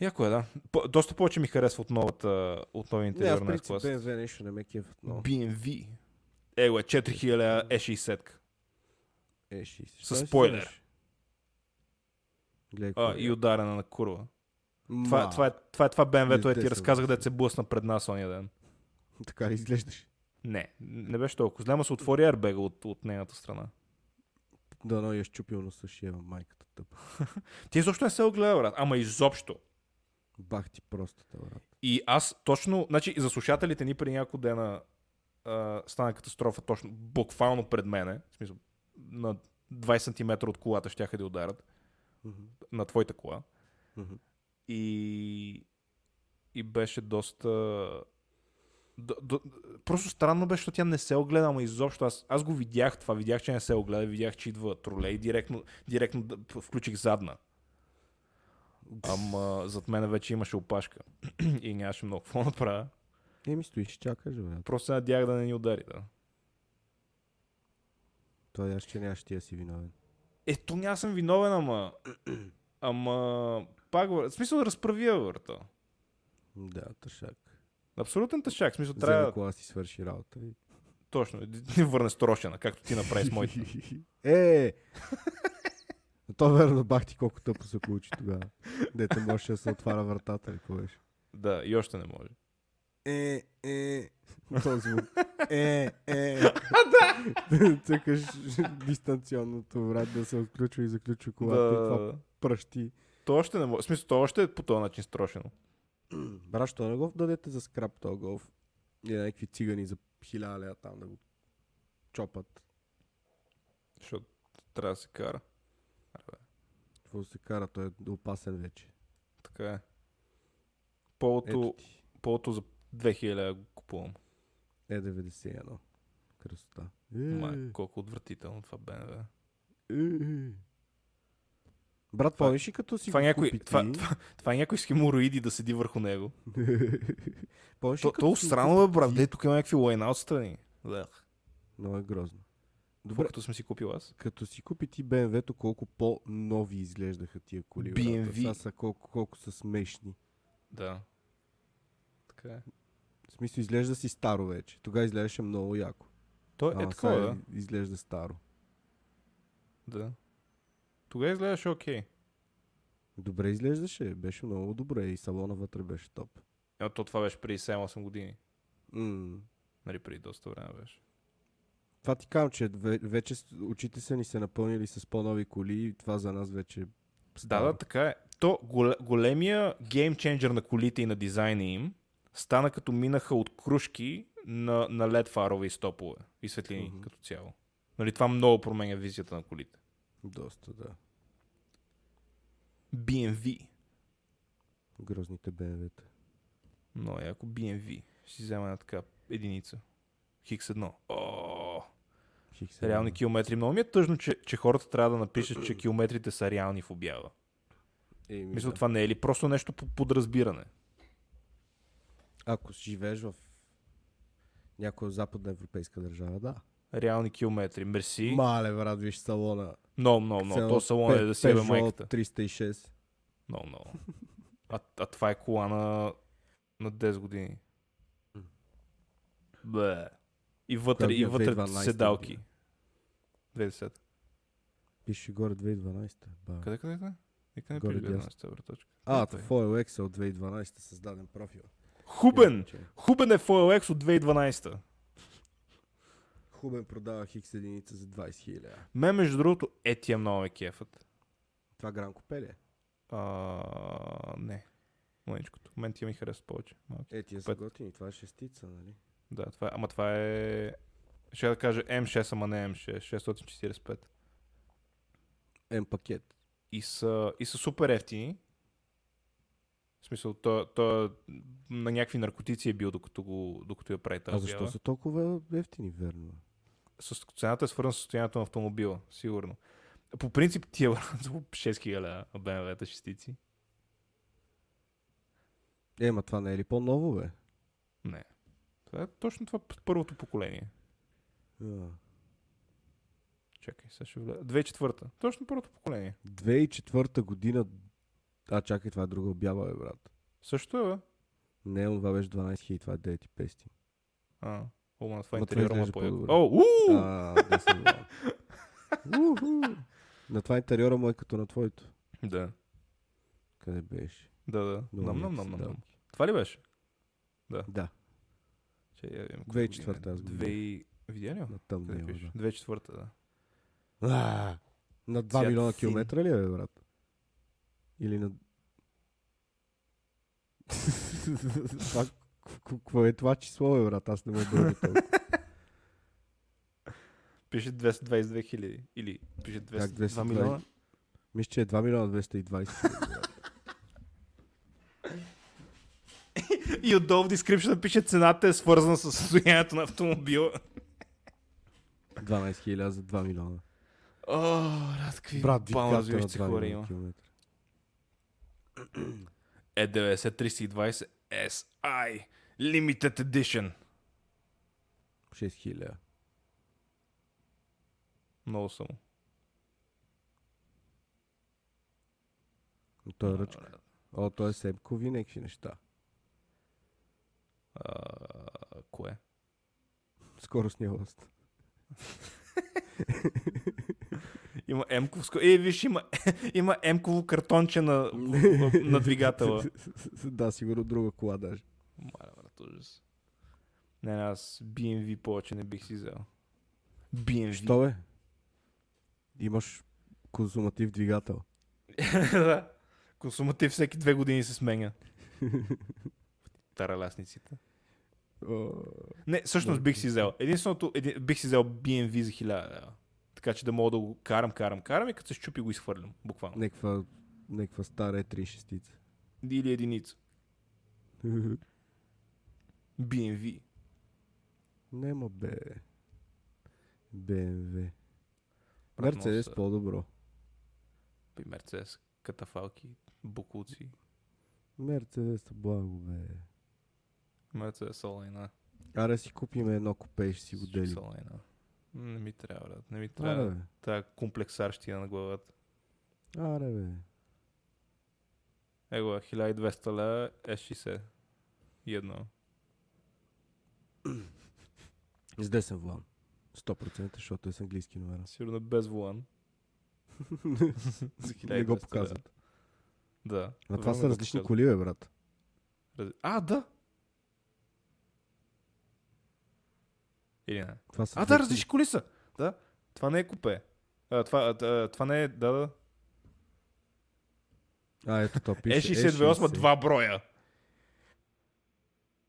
[SPEAKER 1] Яко е, да. По, доста повече ми харесва от, новата, от новия
[SPEAKER 2] Не, аз
[SPEAKER 1] интериор
[SPEAKER 2] в
[SPEAKER 1] на
[SPEAKER 2] принцип
[SPEAKER 1] S-класата.
[SPEAKER 2] BMW нещо не ме кефът много.
[SPEAKER 1] BMW. Его е 4000 E60.
[SPEAKER 2] Е, 60.
[SPEAKER 1] С
[SPEAKER 2] Той си
[SPEAKER 1] спойлер.
[SPEAKER 2] имаш. Гледай,
[SPEAKER 1] А,
[SPEAKER 2] кой
[SPEAKER 1] и
[SPEAKER 2] е.
[SPEAKER 1] ударена на курва. Това,
[SPEAKER 2] Ма,
[SPEAKER 1] това, е, това е това BMW-то,
[SPEAKER 2] Не
[SPEAKER 1] е ти
[SPEAKER 2] те
[SPEAKER 1] разказах
[SPEAKER 2] съм.
[SPEAKER 1] да се блъсна пред нас ония ден.
[SPEAKER 2] Така ли изглеждаш?
[SPEAKER 1] Не, не беше толкова. Зле, ама се отвори ербега от, от нейната страна.
[SPEAKER 2] Да, но я е щупил на същия майката тъпа.
[SPEAKER 1] Ти изобщо не се огледа, брат. Ама изобщо.
[SPEAKER 2] Бах ти простата, брат.
[SPEAKER 1] И аз точно, значи за слушателите ни при няколко дена а, стана катастрофа точно, буквално пред мене, в смисъл, на 20 см от колата щяха да ударят,
[SPEAKER 2] Мгм,
[SPEAKER 1] на твоята кола.
[SPEAKER 2] мгм.
[SPEAKER 1] И, и беше доста... До, до, просто странно беше, защото тя не се огледа, ама изобщо. Аз, аз го видях това, видях, че не се огледа, видях, че идва тролей, и директно, директно да- включих задна. Ама зад мене вече имаше опашка и нямаше много какво направя.
[SPEAKER 2] Еми стоиш, и чакаш, брат.
[SPEAKER 1] Просто се надях да не ни удари. Да.
[SPEAKER 2] Той аз че нямаш тия си виновен.
[SPEAKER 1] Е, то не аз съм виновен, ама... Ама... Пак, бър... в смисъл, разправия върта.
[SPEAKER 2] Да, тъшак.
[SPEAKER 1] Абсолютен тъщак. В Смисъл,
[SPEAKER 2] Трябва... Взема
[SPEAKER 1] трябва...
[SPEAKER 2] кола си свърши работа. и-
[SPEAKER 1] Точно. Ти върне сторошена, както ти направи с моите.
[SPEAKER 2] Е! То верно бах ти колко тъпо се получи тогава. Дете можеше да се отваря вратата, ако беше.
[SPEAKER 1] да, и още не може.
[SPEAKER 2] Е, е. Този звук. Е, е. да! Цъкаш дистанционното врат да се отключва и заключва колата. и Това
[SPEAKER 1] Да.
[SPEAKER 2] пръщи.
[SPEAKER 1] То още не може. В смисъл, то още е по този начин строшено.
[SPEAKER 2] Брат, що не го дадете за скрап този голф? И някакви цигани за хиляда лева там да го чопат.
[SPEAKER 1] Защото трябва да се кара.
[SPEAKER 2] Какво се кара? Той е опасен вече.
[SPEAKER 1] Така е.
[SPEAKER 2] Ето
[SPEAKER 1] Полото,
[SPEAKER 2] ти.
[SPEAKER 1] полото за 2000 го купувам.
[SPEAKER 2] Е 91. Красота.
[SPEAKER 1] Май, колко отвратително това БНВ.
[SPEAKER 2] Е. Брат,
[SPEAKER 1] Това-
[SPEAKER 2] помниш ли като си
[SPEAKER 1] Това, е
[SPEAKER 2] го
[SPEAKER 1] някой,
[SPEAKER 2] купи ти?
[SPEAKER 1] това, това, това е някой с хемороиди да седи върху него.
[SPEAKER 2] Помниш ли
[SPEAKER 1] То,
[SPEAKER 2] като
[SPEAKER 1] то
[SPEAKER 2] си го
[SPEAKER 1] странно, бе,
[SPEAKER 2] купи
[SPEAKER 1] брат.
[SPEAKER 2] ти?
[SPEAKER 1] Де, тук има някакви лайна отстрани. Да.
[SPEAKER 2] Много е грозно.
[SPEAKER 1] Добре.
[SPEAKER 2] Добре,
[SPEAKER 1] Като съм си купил аз.
[SPEAKER 2] като си купи ти BMW-то, колко по-нови изглеждаха тия коли. брат.
[SPEAKER 1] BMW.
[SPEAKER 2] Сега са колко, колко са смешни.
[SPEAKER 1] Да. Така е.
[SPEAKER 2] В смисъл, изглежда си старо вече. Тогава изглеждаше много яко.
[SPEAKER 1] То е
[SPEAKER 2] Ама
[SPEAKER 1] такова,
[SPEAKER 2] сега
[SPEAKER 1] да.
[SPEAKER 2] Изглежда старо.
[SPEAKER 1] да. Тогава изглеждаше окей.
[SPEAKER 2] Добре изглеждаше, беше много добре и салона вътре беше топ.
[SPEAKER 1] А то това беше преди 7-8 години.
[SPEAKER 2] М.
[SPEAKER 1] Нали, преди доста време беше.
[SPEAKER 2] Това ти казвам, че ве- вече с- очите са ни се напълнили с по-нови коли и това за нас вече е
[SPEAKER 1] Да,
[SPEAKER 2] старо.
[SPEAKER 1] да, така е. То голе- големия геймченджер на колите и на дизайна им стана като минаха от кружки на, на LED фарове и стопове и светлини
[SPEAKER 2] Мгм.
[SPEAKER 1] mm-hmm. като цяло. Нали, това много променя визията на колите.
[SPEAKER 2] Доста, да.
[SPEAKER 1] BMW.
[SPEAKER 2] Грозните BMW-та.
[SPEAKER 1] Много яко. BMW. Ще си взема една така единица. Хикс едно. О,
[SPEAKER 2] Хикс е
[SPEAKER 1] реални
[SPEAKER 2] много.
[SPEAKER 1] километри. Много ми е тъжно, че, че хората трябва да напишат, че километрите са реални в обява.
[SPEAKER 2] Еми,
[SPEAKER 1] Мисля,
[SPEAKER 2] да.
[SPEAKER 1] това не е ли просто нещо по подразбиране?
[SPEAKER 2] Ако живееш в някоя западна европейска държава, да.
[SPEAKER 1] Реални километри. Мерси. Ма...
[SPEAKER 2] Мале, брат, виж салона.
[SPEAKER 1] Много, много, много. То салон е да си бе майката.
[SPEAKER 2] 306.
[SPEAKER 1] Много, много. А, а това е кола на, на 10 години. Бе. И вътре,
[SPEAKER 2] Коя
[SPEAKER 1] и
[SPEAKER 2] била?
[SPEAKER 1] вътре
[SPEAKER 2] 2012
[SPEAKER 1] седалки.
[SPEAKER 2] е? година.
[SPEAKER 1] 2010.
[SPEAKER 2] Пише горе 2012. Ба.
[SPEAKER 1] Къде, къде, къде? Нека не
[SPEAKER 2] Горе
[SPEAKER 1] пише
[SPEAKER 2] дясно.
[SPEAKER 1] 2012 бе, точка.
[SPEAKER 2] А,
[SPEAKER 1] Къде е?
[SPEAKER 2] Foil Excel 2012 създаден профил.
[SPEAKER 1] Хубен!
[SPEAKER 2] Ясно, че е.
[SPEAKER 1] Хубен е FoilX от 2012.
[SPEAKER 2] Хубен продава хикс единица за 20 000.
[SPEAKER 1] Мен, между другото, е тия много ме кефът.
[SPEAKER 2] Това Гран Купе ли е?
[SPEAKER 1] А, не. Мъничкото. Мен тия ми харесват повече. Малки.
[SPEAKER 2] Е, тия са
[SPEAKER 1] Купето.
[SPEAKER 2] готини. Това е шестица, нали?
[SPEAKER 1] Да, това е, ама това е... Ще да кажа M6, ама не M6, 645.
[SPEAKER 2] М пакет.
[SPEAKER 1] И са, и са супер ефтини. В смисъл, то, то на някакви наркотици е бил, докато, го, докато я прави тази
[SPEAKER 2] А защо
[SPEAKER 1] обява.
[SPEAKER 2] са толкова ефтини, верно?
[SPEAKER 1] С цената е свързана с състоянието на автомобила, сигурно. По принцип тия брат за 6000 лева BMW-та шестици.
[SPEAKER 2] Е, ма това не е ли по-ново, бе?
[SPEAKER 1] Не. Това е точно това п- първото поколение.
[SPEAKER 2] А.
[SPEAKER 1] Чакай, сега ще влеза. 2004-та. Точно първото поколение.
[SPEAKER 2] 2004 година... А, чакай, това е друга обява, бе, брат.
[SPEAKER 1] Също е, бе.
[SPEAKER 2] Не, това беше 12 000, това е 9500.
[SPEAKER 1] А, о, ма, това е
[SPEAKER 2] Ма това
[SPEAKER 1] интериорно
[SPEAKER 2] изглежда
[SPEAKER 1] по яко
[SPEAKER 2] по-добре.
[SPEAKER 1] О, уу!
[SPEAKER 2] А, да се знае. Уху! На това интериора му е като на твоето.
[SPEAKER 1] Да,
[SPEAKER 2] Къде беше?
[SPEAKER 1] да, да. Нам,
[SPEAKER 2] Много
[SPEAKER 1] нам,
[SPEAKER 2] яки
[SPEAKER 1] нам, нам, нам.
[SPEAKER 2] седалки.
[SPEAKER 1] Това ли беше?
[SPEAKER 2] Да,
[SPEAKER 1] Че, я видим, коя
[SPEAKER 2] 2004-та
[SPEAKER 1] година е.
[SPEAKER 2] аз го
[SPEAKER 1] Две... и- Видя ли? го?
[SPEAKER 2] на
[SPEAKER 1] Къде
[SPEAKER 2] тъмния,
[SPEAKER 1] пише?
[SPEAKER 2] да.
[SPEAKER 1] 2004-та, да.
[SPEAKER 2] А, На 2
[SPEAKER 1] Цвят
[SPEAKER 2] милиона
[SPEAKER 1] син.
[SPEAKER 2] километра ли е, бе, брат? Или на... това, какво е това число, бе, брат? Аз не мога да бъда толкова.
[SPEAKER 1] Пише 222 хиляди. Или пише 200,
[SPEAKER 2] Как 222?
[SPEAKER 1] 2 милиона.
[SPEAKER 2] Мисля, че е 2 милиона 220 хиляди, брат.
[SPEAKER 1] И отдолу в description пише цената е свързана с състоянието на автомобила.
[SPEAKER 2] 12 хиляди за 2 милиона.
[SPEAKER 1] О, рад, какви
[SPEAKER 2] Брат, диктата на
[SPEAKER 1] балмазвиващи
[SPEAKER 2] 2
[SPEAKER 1] хора
[SPEAKER 2] милиона
[SPEAKER 1] има.
[SPEAKER 2] километра.
[SPEAKER 1] Е 90 320 SI Limited Edition.
[SPEAKER 2] 6 хиляди.
[SPEAKER 1] Много съм.
[SPEAKER 2] е Но Той е ръчка. О, той е семкови и някакви неща.
[SPEAKER 1] А, кое?
[SPEAKER 2] Скоростния лост.
[SPEAKER 1] Има емковско. Е, виж, има, има емково картонче на, на двигатела.
[SPEAKER 2] да, сигурно друга кола даже.
[SPEAKER 1] Маля, брат, ужас. Не, не, аз BMW повече не бих си взел. BMW.
[SPEAKER 2] Що бе? Имаш консуматив двигател.
[SPEAKER 1] Да. Консуматив всеки две години се сменя. Тараласниците.
[SPEAKER 2] О,
[SPEAKER 1] Не, всъщност бих си взел. Единственото, еди, бих си взел BMW за 1000 лева. Така че да мога да го карам, карам, карам и като се щупи го изхвърлям. Буквално.
[SPEAKER 2] Неква, неква стара е 36
[SPEAKER 1] Или единица. BMW.
[SPEAKER 2] Нема бе. BMW.
[SPEAKER 1] Брат,
[SPEAKER 2] Мерцедес
[SPEAKER 1] много са-
[SPEAKER 2] по-добро.
[SPEAKER 1] При Мерцес, катафалки, букуци,
[SPEAKER 2] Мерцедес е благо бе.
[SPEAKER 1] Мерцес Олайна.
[SPEAKER 2] Аре си купим едно купе и ще си го делим.
[SPEAKER 1] Олайна. Не ми трябва, брат. Не ми
[SPEAKER 2] Аре
[SPEAKER 1] трябва
[SPEAKER 2] бе.
[SPEAKER 1] тази комплексарщина на главата.
[SPEAKER 2] Аре бе.
[SPEAKER 1] Его, 1200 лева е 60. И едно.
[SPEAKER 2] С десен влан. 100%, защото е с английски номер.
[SPEAKER 1] Сигурно без волан. За
[SPEAKER 2] Не го
[SPEAKER 1] 1200
[SPEAKER 2] показват.
[SPEAKER 1] лева. Да.
[SPEAKER 2] А това
[SPEAKER 1] Верно
[SPEAKER 2] са
[SPEAKER 1] го
[SPEAKER 2] различни
[SPEAKER 1] показват.
[SPEAKER 2] коли, бе, брат.
[SPEAKER 1] Раз- А, да. Или не?
[SPEAKER 2] Това
[SPEAKER 1] А,
[SPEAKER 2] са две
[SPEAKER 1] да,
[SPEAKER 2] коли.
[SPEAKER 1] различни коли са. Да. Това не е купе. А, това, а, а, това не е, да, да.
[SPEAKER 2] А, ето то пише.
[SPEAKER 1] Е, 628,
[SPEAKER 2] Е,
[SPEAKER 1] два броя.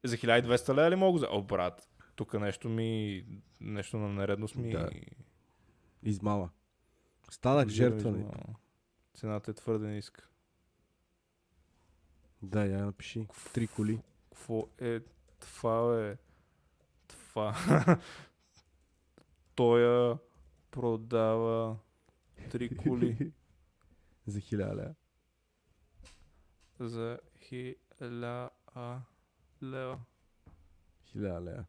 [SPEAKER 1] За 1200 лева ли мога за... О, брат, тук нещо ми... Нещо на нередност ми...
[SPEAKER 2] Да. Измама. Станах
[SPEAKER 1] подозира
[SPEAKER 2] жертва. нали? на-
[SPEAKER 1] измама. Цената е твърде ниска.
[SPEAKER 2] Да, я напиши. Три коли.
[SPEAKER 1] Какво е това, бе? Това... Тоя продава три коли
[SPEAKER 2] За хиляда.
[SPEAKER 1] за хиляда лева.
[SPEAKER 2] Хиляда лева.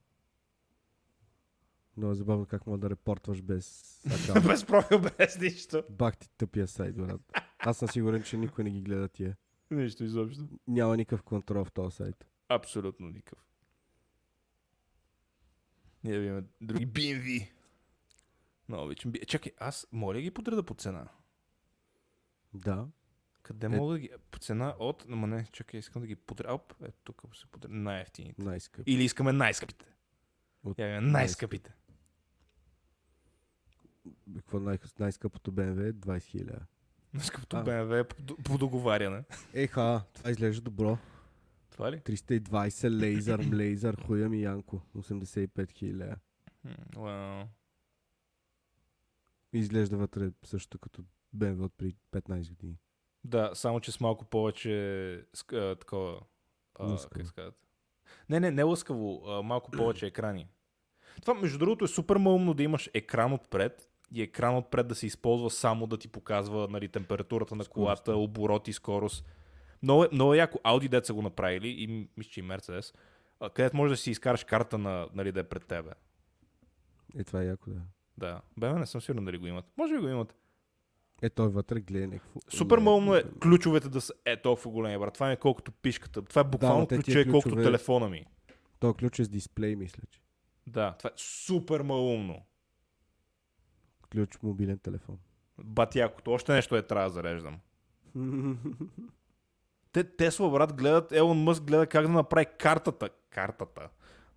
[SPEAKER 2] Много е забавно как мога да репортваш без акаунт.
[SPEAKER 1] без профил, без нищо.
[SPEAKER 2] Бах ти тъпия сайт, брат. Аз съм сигурен, че никой не ги гледа тия.
[SPEAKER 1] Нищо изобщо.
[SPEAKER 2] Няма никакъв контрол в този сайт.
[SPEAKER 1] Абсолютно никакъв. Ние да видим други BMW. Много обичам. Би- Е, Чакай, аз моля ги подреда по цена.
[SPEAKER 2] Да.
[SPEAKER 1] Къде
[SPEAKER 2] Е-
[SPEAKER 1] мога да ги... По цена от... Ама не, чакай, искам да ги подреда. Оп, е, тук се подреда. Най-ефтините.
[SPEAKER 2] Най-скъп.
[SPEAKER 1] Или искаме най-скъпите.
[SPEAKER 2] От-
[SPEAKER 1] От... Я, видим най-скъпите.
[SPEAKER 2] Какво най- най-скъпото BMW? 20 хиляда.
[SPEAKER 1] Най-скъпото
[SPEAKER 2] А.
[SPEAKER 1] BMW е по, по договаряне.
[SPEAKER 2] Еха, това изглежда добро.
[SPEAKER 1] Това ли?
[SPEAKER 2] 320 лейзър, лейзър, хуя ми Янко. 85 хиляди.
[SPEAKER 1] М, Уау.
[SPEAKER 2] Изглежда вътре също като BMW от при 15 години.
[SPEAKER 1] Да, само че с малко повече ск- а, такова. А,
[SPEAKER 2] Лъскаво.
[SPEAKER 1] как се казват? Не, не, не лъскаво, а, малко повече екрани. Това, между другото, е супер малумно да имаш екран отпред и екран отпред да се използва само да ти показва нали, температурата на
[SPEAKER 2] Скоростта.
[SPEAKER 1] колата, оборот и скорост. Много, е- много е яко. Audi дет са го направили и м- мисля, че и Mercedes, а, където можеш да си изкараш карта на, нали, да е пред тебе.
[SPEAKER 2] Е, това е яко, да.
[SPEAKER 1] Да. Бе, не съм сигурен дали го имат. Може би го имат.
[SPEAKER 2] Е, той вътре гледа някакво.
[SPEAKER 1] Супер малумно е
[SPEAKER 2] някакво-
[SPEAKER 1] ключовете да са е толкова големи, брат. Това ми е колкото пишката. Това е
[SPEAKER 2] Да,
[SPEAKER 1] буквално
[SPEAKER 2] но те
[SPEAKER 1] да,
[SPEAKER 2] тия
[SPEAKER 1] ключе, е колкото
[SPEAKER 2] ключове-
[SPEAKER 1] телефона ми.
[SPEAKER 2] Той ключ е с дисплей, мисля, че.
[SPEAKER 1] Да, това е супер малумно.
[SPEAKER 2] Ключ мобилен телефон.
[SPEAKER 1] Батякото. Още нещо е трябва да зареждам. Те, Тесла, брат, гледат, Елон Мъск гледа как да направи картата. Картата.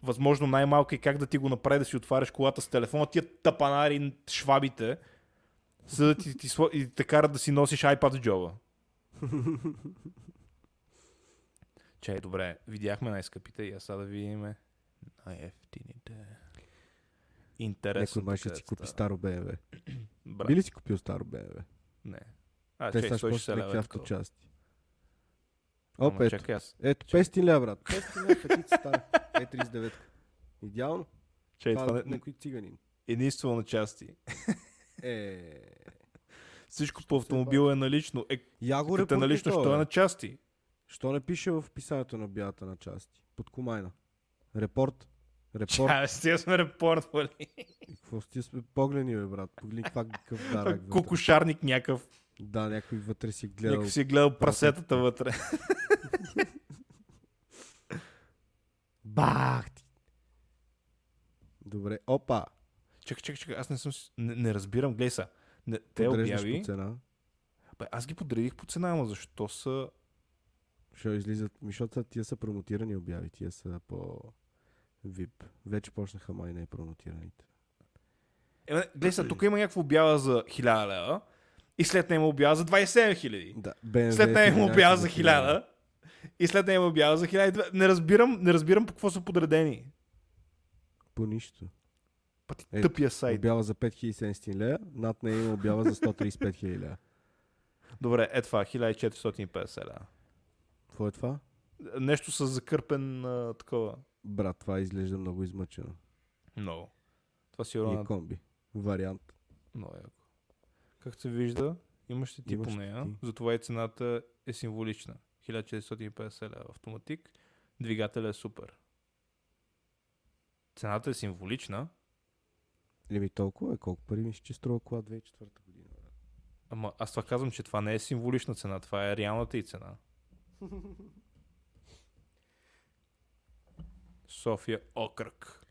[SPEAKER 1] Възможно най-малка и как да ти го направи да си отваряш колата с телефона. Тия тапанари, швабите, за да ти, ти, сло- и те карат да си носиш iPad в джоба. Чай, добре, видяхме най-скъпите и аз сега да видим най-ефтините. Интересно.
[SPEAKER 2] Някой май ще
[SPEAKER 1] къде
[SPEAKER 2] си
[SPEAKER 1] става.
[SPEAKER 2] купи старо BMW.
[SPEAKER 1] Брат,
[SPEAKER 2] Би ли си купил старо BMW?
[SPEAKER 1] Не. А,
[SPEAKER 2] Те
[SPEAKER 1] чай,
[SPEAKER 2] сега ще
[SPEAKER 1] 160
[SPEAKER 2] почнат
[SPEAKER 1] лева.
[SPEAKER 2] някакви
[SPEAKER 1] е такова.
[SPEAKER 2] авточасти.
[SPEAKER 1] Ама
[SPEAKER 2] Оп, ето.
[SPEAKER 1] Чакай, аз.
[SPEAKER 2] Ето, 500 лева, брат. 500 лева, петица стара. Е, 39. Идеално.
[SPEAKER 1] Чай,
[SPEAKER 2] Това
[SPEAKER 1] това
[SPEAKER 2] е
[SPEAKER 1] не...
[SPEAKER 2] някой циганин.
[SPEAKER 1] Единствено на части.
[SPEAKER 2] Е.
[SPEAKER 1] Всичко по автомобила е налично. Е,
[SPEAKER 2] Я го
[SPEAKER 1] като е налично,
[SPEAKER 2] репортни,
[SPEAKER 1] що
[SPEAKER 2] бе.
[SPEAKER 1] е на части?
[SPEAKER 2] Що не пише в писанието на бялата на части? Под комайна. Репорт. Репорт.
[SPEAKER 1] Ча, стига сме репортвали.
[SPEAKER 2] И Какво сте сме погледни, бе, брат? Погледни каква какъв дарък. вътре.
[SPEAKER 1] Кокошарник някакъв. е
[SPEAKER 2] Да, някой вътре си гледал.
[SPEAKER 1] Някакъв си е гледал прасетата вътре.
[SPEAKER 2] Бах ти. Добре, опа.
[SPEAKER 1] Чакай, чакай, чакай, аз не съм... с- Не, не разбирам, гледай са. Не, те
[SPEAKER 2] Подреждаш
[SPEAKER 1] обяви...
[SPEAKER 2] по цена.
[SPEAKER 1] Бе, аз ги подредих по цена, ама защо са...
[SPEAKER 2] Що излизат, ми, защото са- тия са промотирани обяви, тия са по VIP. Вече почнаха май не промотираните.
[SPEAKER 1] Е, гледай са, тук има някаква обява за 1000 лева и след нея има обява за 27 хиляди.
[SPEAKER 2] Да, BMW
[SPEAKER 1] След нея има
[SPEAKER 2] 11
[SPEAKER 1] обява за
[SPEAKER 2] 1000.
[SPEAKER 1] 1000 и след нея има обява за 1000. Не разбирам, не разбирам по какво са подредени.
[SPEAKER 2] По нищо.
[SPEAKER 1] Па ти
[SPEAKER 2] Е,
[SPEAKER 1] тъпия сайт.
[SPEAKER 2] Обява за 5700 лея, над нея има обява за 135 000 лея.
[SPEAKER 1] Добре, е това, 1450 лева.
[SPEAKER 2] Какво е това?
[SPEAKER 1] Нещо с закърпен а, такова.
[SPEAKER 2] Брат, това изглежда много измъчено.
[SPEAKER 1] Много. Това си
[SPEAKER 2] И е
[SPEAKER 1] урона.
[SPEAKER 2] комби. Вариант.
[SPEAKER 1] Много яко. Както се вижда, имаш ти
[SPEAKER 2] Имаш
[SPEAKER 1] по
[SPEAKER 2] си
[SPEAKER 1] нея,
[SPEAKER 2] ти.
[SPEAKER 1] затова и цената е символична. 1450 лева автоматик, двигателя е супер. Цената е символична,
[SPEAKER 2] Еми толкова е, колко пари мисля, че струва кола 2004 година.
[SPEAKER 1] ама аз това казвам, че това не е символична цена, това е реалната и цена. София Окръг.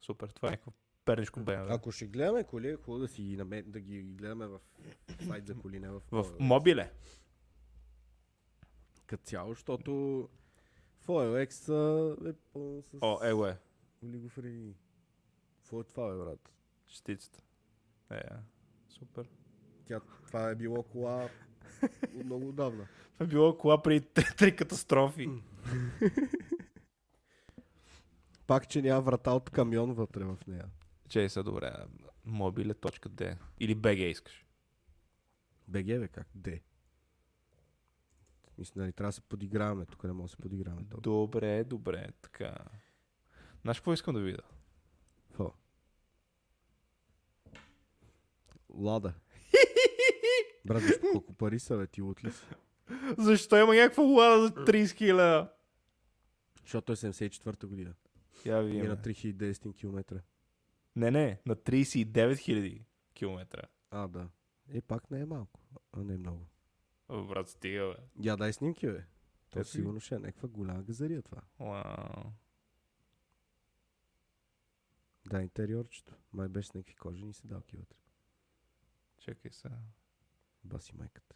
[SPEAKER 1] Супер, това е някакво пернишко БМВ.
[SPEAKER 2] Ако ще гледаме коли, е хубаво да, си ги намер... да ги гледаме в сайт за коли, не в...
[SPEAKER 1] В
[SPEAKER 2] Foil.
[SPEAKER 1] мобиле.
[SPEAKER 2] Като цяло, защото FoilX а, е пълно с
[SPEAKER 1] О, его е.
[SPEAKER 2] олигофрени. Какво е това, бе, брат?
[SPEAKER 1] Щитицата. Е, е. супер.
[SPEAKER 2] Тя, това е било кола от много отдавна.
[SPEAKER 1] Това е било кола при три, три катастрофи.
[SPEAKER 2] Пак, че няма врата от камион вътре в нея.
[SPEAKER 1] Чей са добре. Mobile.d или BG искаш.
[SPEAKER 2] БГ, бе, как? Д. Мисля, нали, трябва да се подиграваме. Тук не може да се подиграваме. толкова.
[SPEAKER 1] Добре, добре, така. Знаеш какво искам да видя?
[SPEAKER 2] Фо. Лада. Брат, виж колко пари са, бе, ти лут ли си?
[SPEAKER 1] Защо има някаква лада за 30 хиляда?
[SPEAKER 2] Защото е 74-та година.
[SPEAKER 1] Я ви
[SPEAKER 2] И
[SPEAKER 1] имаме.
[SPEAKER 2] на 3900 км.
[SPEAKER 1] Не, не, на 39 хиляди километра.
[SPEAKER 2] А, да. Е, пак не е малко. А не е много.
[SPEAKER 1] О, Брат, стига, бе.
[SPEAKER 2] Я дай снимки, бе. То
[SPEAKER 1] Ето ги.
[SPEAKER 2] сигурно ще е някаква голяма газария това.
[SPEAKER 1] Уау.
[SPEAKER 2] Да, интериорчето. Май беше с някакви кожени седалки вътре.
[SPEAKER 1] Чакай сега.
[SPEAKER 2] Баси майката.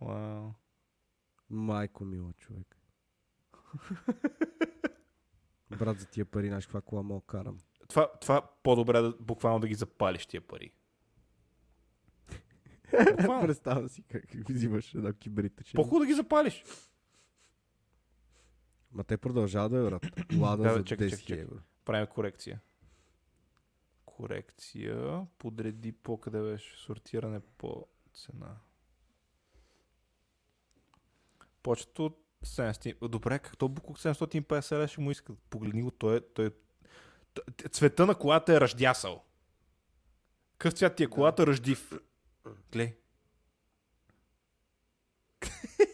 [SPEAKER 1] Уау.
[SPEAKER 2] Майко мила човек. Брат, за тия пари, знаеш каква кола мога да карам.
[SPEAKER 1] Това, това по-добре да, буквално да ги запалиш тия пари. Буквално.
[SPEAKER 2] Представя си как взимаш едно кибритче.
[SPEAKER 1] По-хубаво да ги запалиш.
[SPEAKER 2] Ма те продължават да върват. Лада
[SPEAKER 1] Да, бе,
[SPEAKER 2] за
[SPEAKER 1] чакай,
[SPEAKER 2] 10
[SPEAKER 1] чакай, чакай.
[SPEAKER 2] евро.
[SPEAKER 1] Правим корекция. Корекция. Подреди по къде беше. Сортиране по цена. Почето от 700. Добре, както Букук 750 лева ще му искат. Погледни го, той, е- той, е- той е- цвета на колата е ръждясал. Къв цвят ти е колата ръждив. Гле.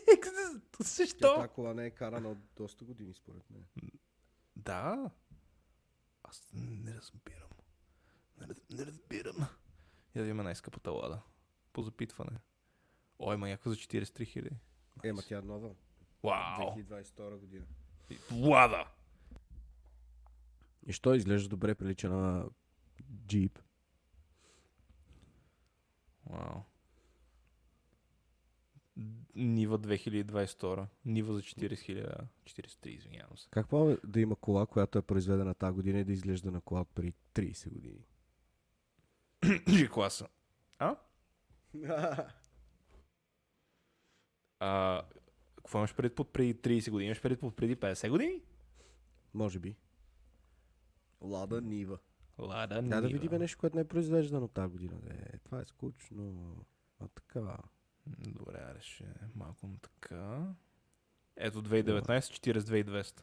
[SPEAKER 2] Тя
[SPEAKER 1] Защо?
[SPEAKER 2] тази кола не е карана от доста години, според мен.
[SPEAKER 1] Да. Аз не разбирам. Не, раз- не разбирам. Я да имаме най-скъпата лада. По запитване. О, има някаква за 43 хиляди.
[SPEAKER 2] Ема тя е нова.
[SPEAKER 1] Вау!
[SPEAKER 2] 2022 година.
[SPEAKER 1] Лада!
[SPEAKER 2] И що изглежда добре прилича на джип?
[SPEAKER 1] Вау. Нива 2022. Нива за 40 хиляди. 43, извинявам се.
[SPEAKER 2] Как мога да има кола, която е произведена тази година и да изглежда на кола от преди 30 години?
[SPEAKER 1] Жи класа. А? а? Какво имаш пред под преди 30 години? Имаш пред под преди 50 години?
[SPEAKER 2] Може би. Лада Нива.
[SPEAKER 1] Лада,
[SPEAKER 2] Трябва да
[SPEAKER 1] Нива.
[SPEAKER 2] видим нещо, което не е произвеждано тази година. Е, това е скучно. А така.
[SPEAKER 1] Добре, аре ще е малко на така. Ето 2019, 42,200.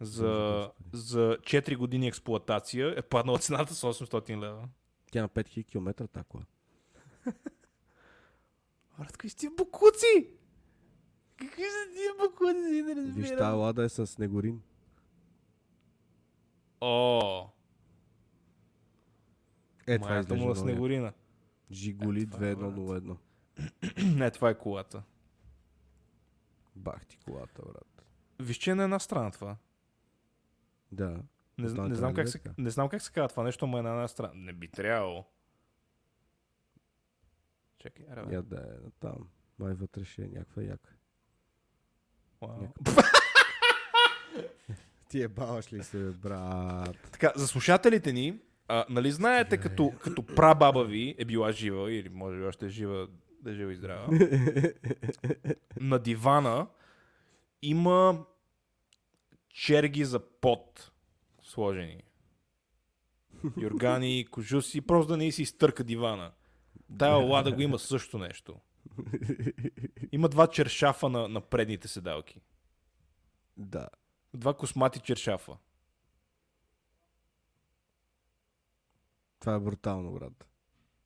[SPEAKER 1] За,
[SPEAKER 2] Господи.
[SPEAKER 1] за 4 години експлуатация е паднала цената с 800 лева.
[SPEAKER 2] Тя на 5000 км такова.
[SPEAKER 1] Брат, какви сте букуци! Какви са тия букуци? Не разбирам.
[SPEAKER 2] Виж, тази лада е с Снегорин.
[SPEAKER 1] О,
[SPEAKER 2] Е, това
[SPEAKER 1] майната му на
[SPEAKER 2] изглежда много. яко.
[SPEAKER 1] Снегорина. Е,
[SPEAKER 2] Жигули
[SPEAKER 1] това е, брат.
[SPEAKER 2] 2101.
[SPEAKER 1] не, това е колата.
[SPEAKER 2] Бах ти колата, брат.
[SPEAKER 1] Виж, че е на една страна това.
[SPEAKER 2] Да.
[SPEAKER 1] Не, зн-
[SPEAKER 2] Останалите
[SPEAKER 1] не, знам как се,
[SPEAKER 2] равновесия.
[SPEAKER 1] не знам как се казва това нещо, но е на една страна. Не би трябвало. Чакай, аре, бе.
[SPEAKER 2] Я да е там. Май вътре ще е някаква яка.
[SPEAKER 1] Уау.
[SPEAKER 2] Ти е баваш ли се, бе, брат?
[SPEAKER 1] Така, за слушателите ни, а, нали знаете,
[SPEAKER 2] Стига, бе.
[SPEAKER 1] като, като прабаба ви е била жива, или може би още е жива, да е жива и здрава, на дивана има черги за пот сложени. Юргани, кожуси, просто да не си изтърка дивана. Тая лада го има също нещо. Има два чершафа на, на предните седалки.
[SPEAKER 2] да.
[SPEAKER 1] Два космати чершафа.
[SPEAKER 2] Това е брутално, брат.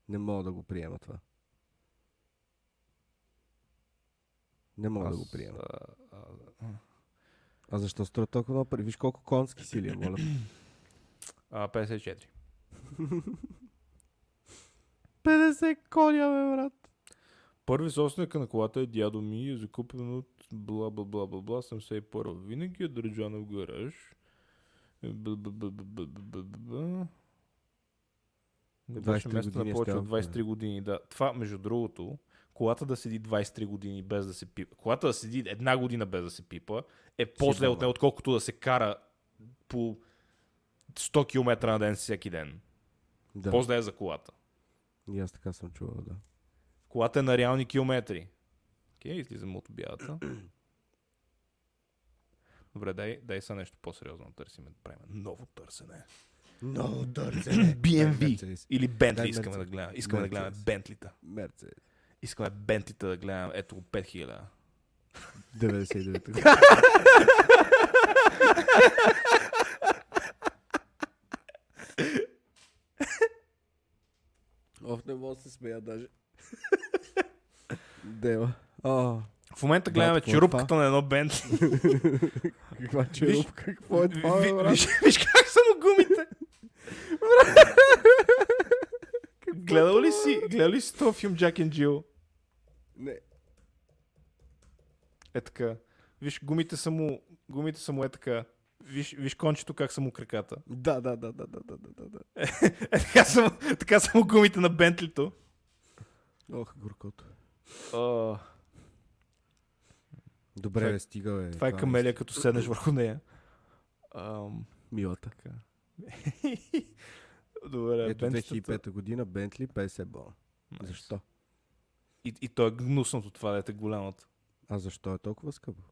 [SPEAKER 2] Не мога да го приема това. Не мога да го приема.
[SPEAKER 1] А, а,
[SPEAKER 2] А защо струва толкова много пари? Виж колко конски сили е, моля.
[SPEAKER 1] а, 54.
[SPEAKER 2] 50 коня, бе, брат.
[SPEAKER 1] Първи собственик на колата е дядо ми и е закупен от бла бла бла бла бла 71. Винаги е държана в гараж. Е, Б- б- б- б- б- б- б- б. Не беше
[SPEAKER 2] 23
[SPEAKER 1] место на
[SPEAKER 2] години
[SPEAKER 1] повече от
[SPEAKER 2] става, да.
[SPEAKER 1] 23 години. Да. Това, между другото, колата да седи 23 години без да се пипа, колата да седи една година без да се пипа, е по-зле
[SPEAKER 2] Сигурно.
[SPEAKER 1] от нея, отколкото да се кара по 100 км на ден всеки ден.
[SPEAKER 2] Да.
[SPEAKER 1] По-зле е за колата.
[SPEAKER 2] И аз така съм чувал, да.
[SPEAKER 1] Колата е на реални километри. Окей, излизам от обядата. Добре, дай, дай са нещо по-сериозно да търсим. Да правим ново търсене.
[SPEAKER 2] Много дързе.
[SPEAKER 1] BMW или Bentley
[SPEAKER 2] Е, Дай
[SPEAKER 1] искаме
[SPEAKER 2] Mercedes.
[SPEAKER 1] да гледаме. Искаме да гледаме
[SPEAKER 2] Mercedes.
[SPEAKER 1] Бентлита.
[SPEAKER 2] Мерцедес.
[SPEAKER 1] Искаме Бентлита да гледаме. Ето го 5000.
[SPEAKER 2] 99 Оф, не мога да се смея даже. Дева. А,
[SPEAKER 1] В момента
[SPEAKER 2] Да,
[SPEAKER 1] гледаме
[SPEAKER 2] какво е
[SPEAKER 1] черупката на едно Бентли.
[SPEAKER 2] каква черупка, какво е това, бе, брат?
[SPEAKER 1] виж, виж как са му гумите. Гледал ли си, гледал ли си този филм Jack and Jill?
[SPEAKER 2] Не,
[SPEAKER 1] Е така. Виж, гумите са му, гумите са му е така. Виж, виж кончето как са му краката.
[SPEAKER 2] да, да, да, да, да, да, да, да, да.
[SPEAKER 1] Е, така, са му, така са му гумите на Бентлито.
[SPEAKER 2] Ох, горкото.
[SPEAKER 1] О, Това
[SPEAKER 2] Добре,
[SPEAKER 1] е-
[SPEAKER 2] бе, стига, бе.
[SPEAKER 1] това е камелия, като седнеш върху нея. Ам,
[SPEAKER 2] Милата.
[SPEAKER 1] така. Добре,
[SPEAKER 2] Ето
[SPEAKER 1] Бентлито.
[SPEAKER 2] 2005 година, Бентли, 50 бона.
[SPEAKER 1] Nice.
[SPEAKER 2] Защо?
[SPEAKER 1] И, и то е гнусното това, дете голямото.
[SPEAKER 2] А защо е толкова скъпо?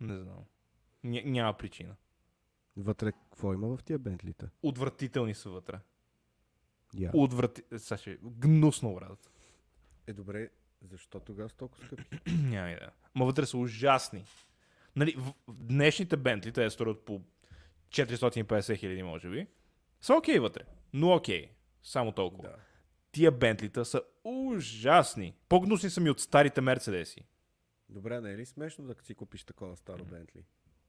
[SPEAKER 1] Не знам. Ня, няма причина.
[SPEAKER 2] Вътре, какво има в тия Бентлита?
[SPEAKER 1] Отвратителни са вътре.
[SPEAKER 2] Я.
[SPEAKER 1] Отврати... Сега ще... Гнусно, брат.
[SPEAKER 2] Е, добре, защо тогава са толкова скъпи?
[SPEAKER 1] Няма идея. Ма вътре са ужасни. Нали, в в днешните Бентли, те струват по 450 хиляди, може би, са окей вътре. Но окей. Само толкова.
[SPEAKER 2] Да.
[SPEAKER 1] Тия Бентлита са ужасни. По-гнусни са ми от старите Мерцедеси.
[SPEAKER 2] Добре, не е ли смешно да си купиш такова старо Бентли?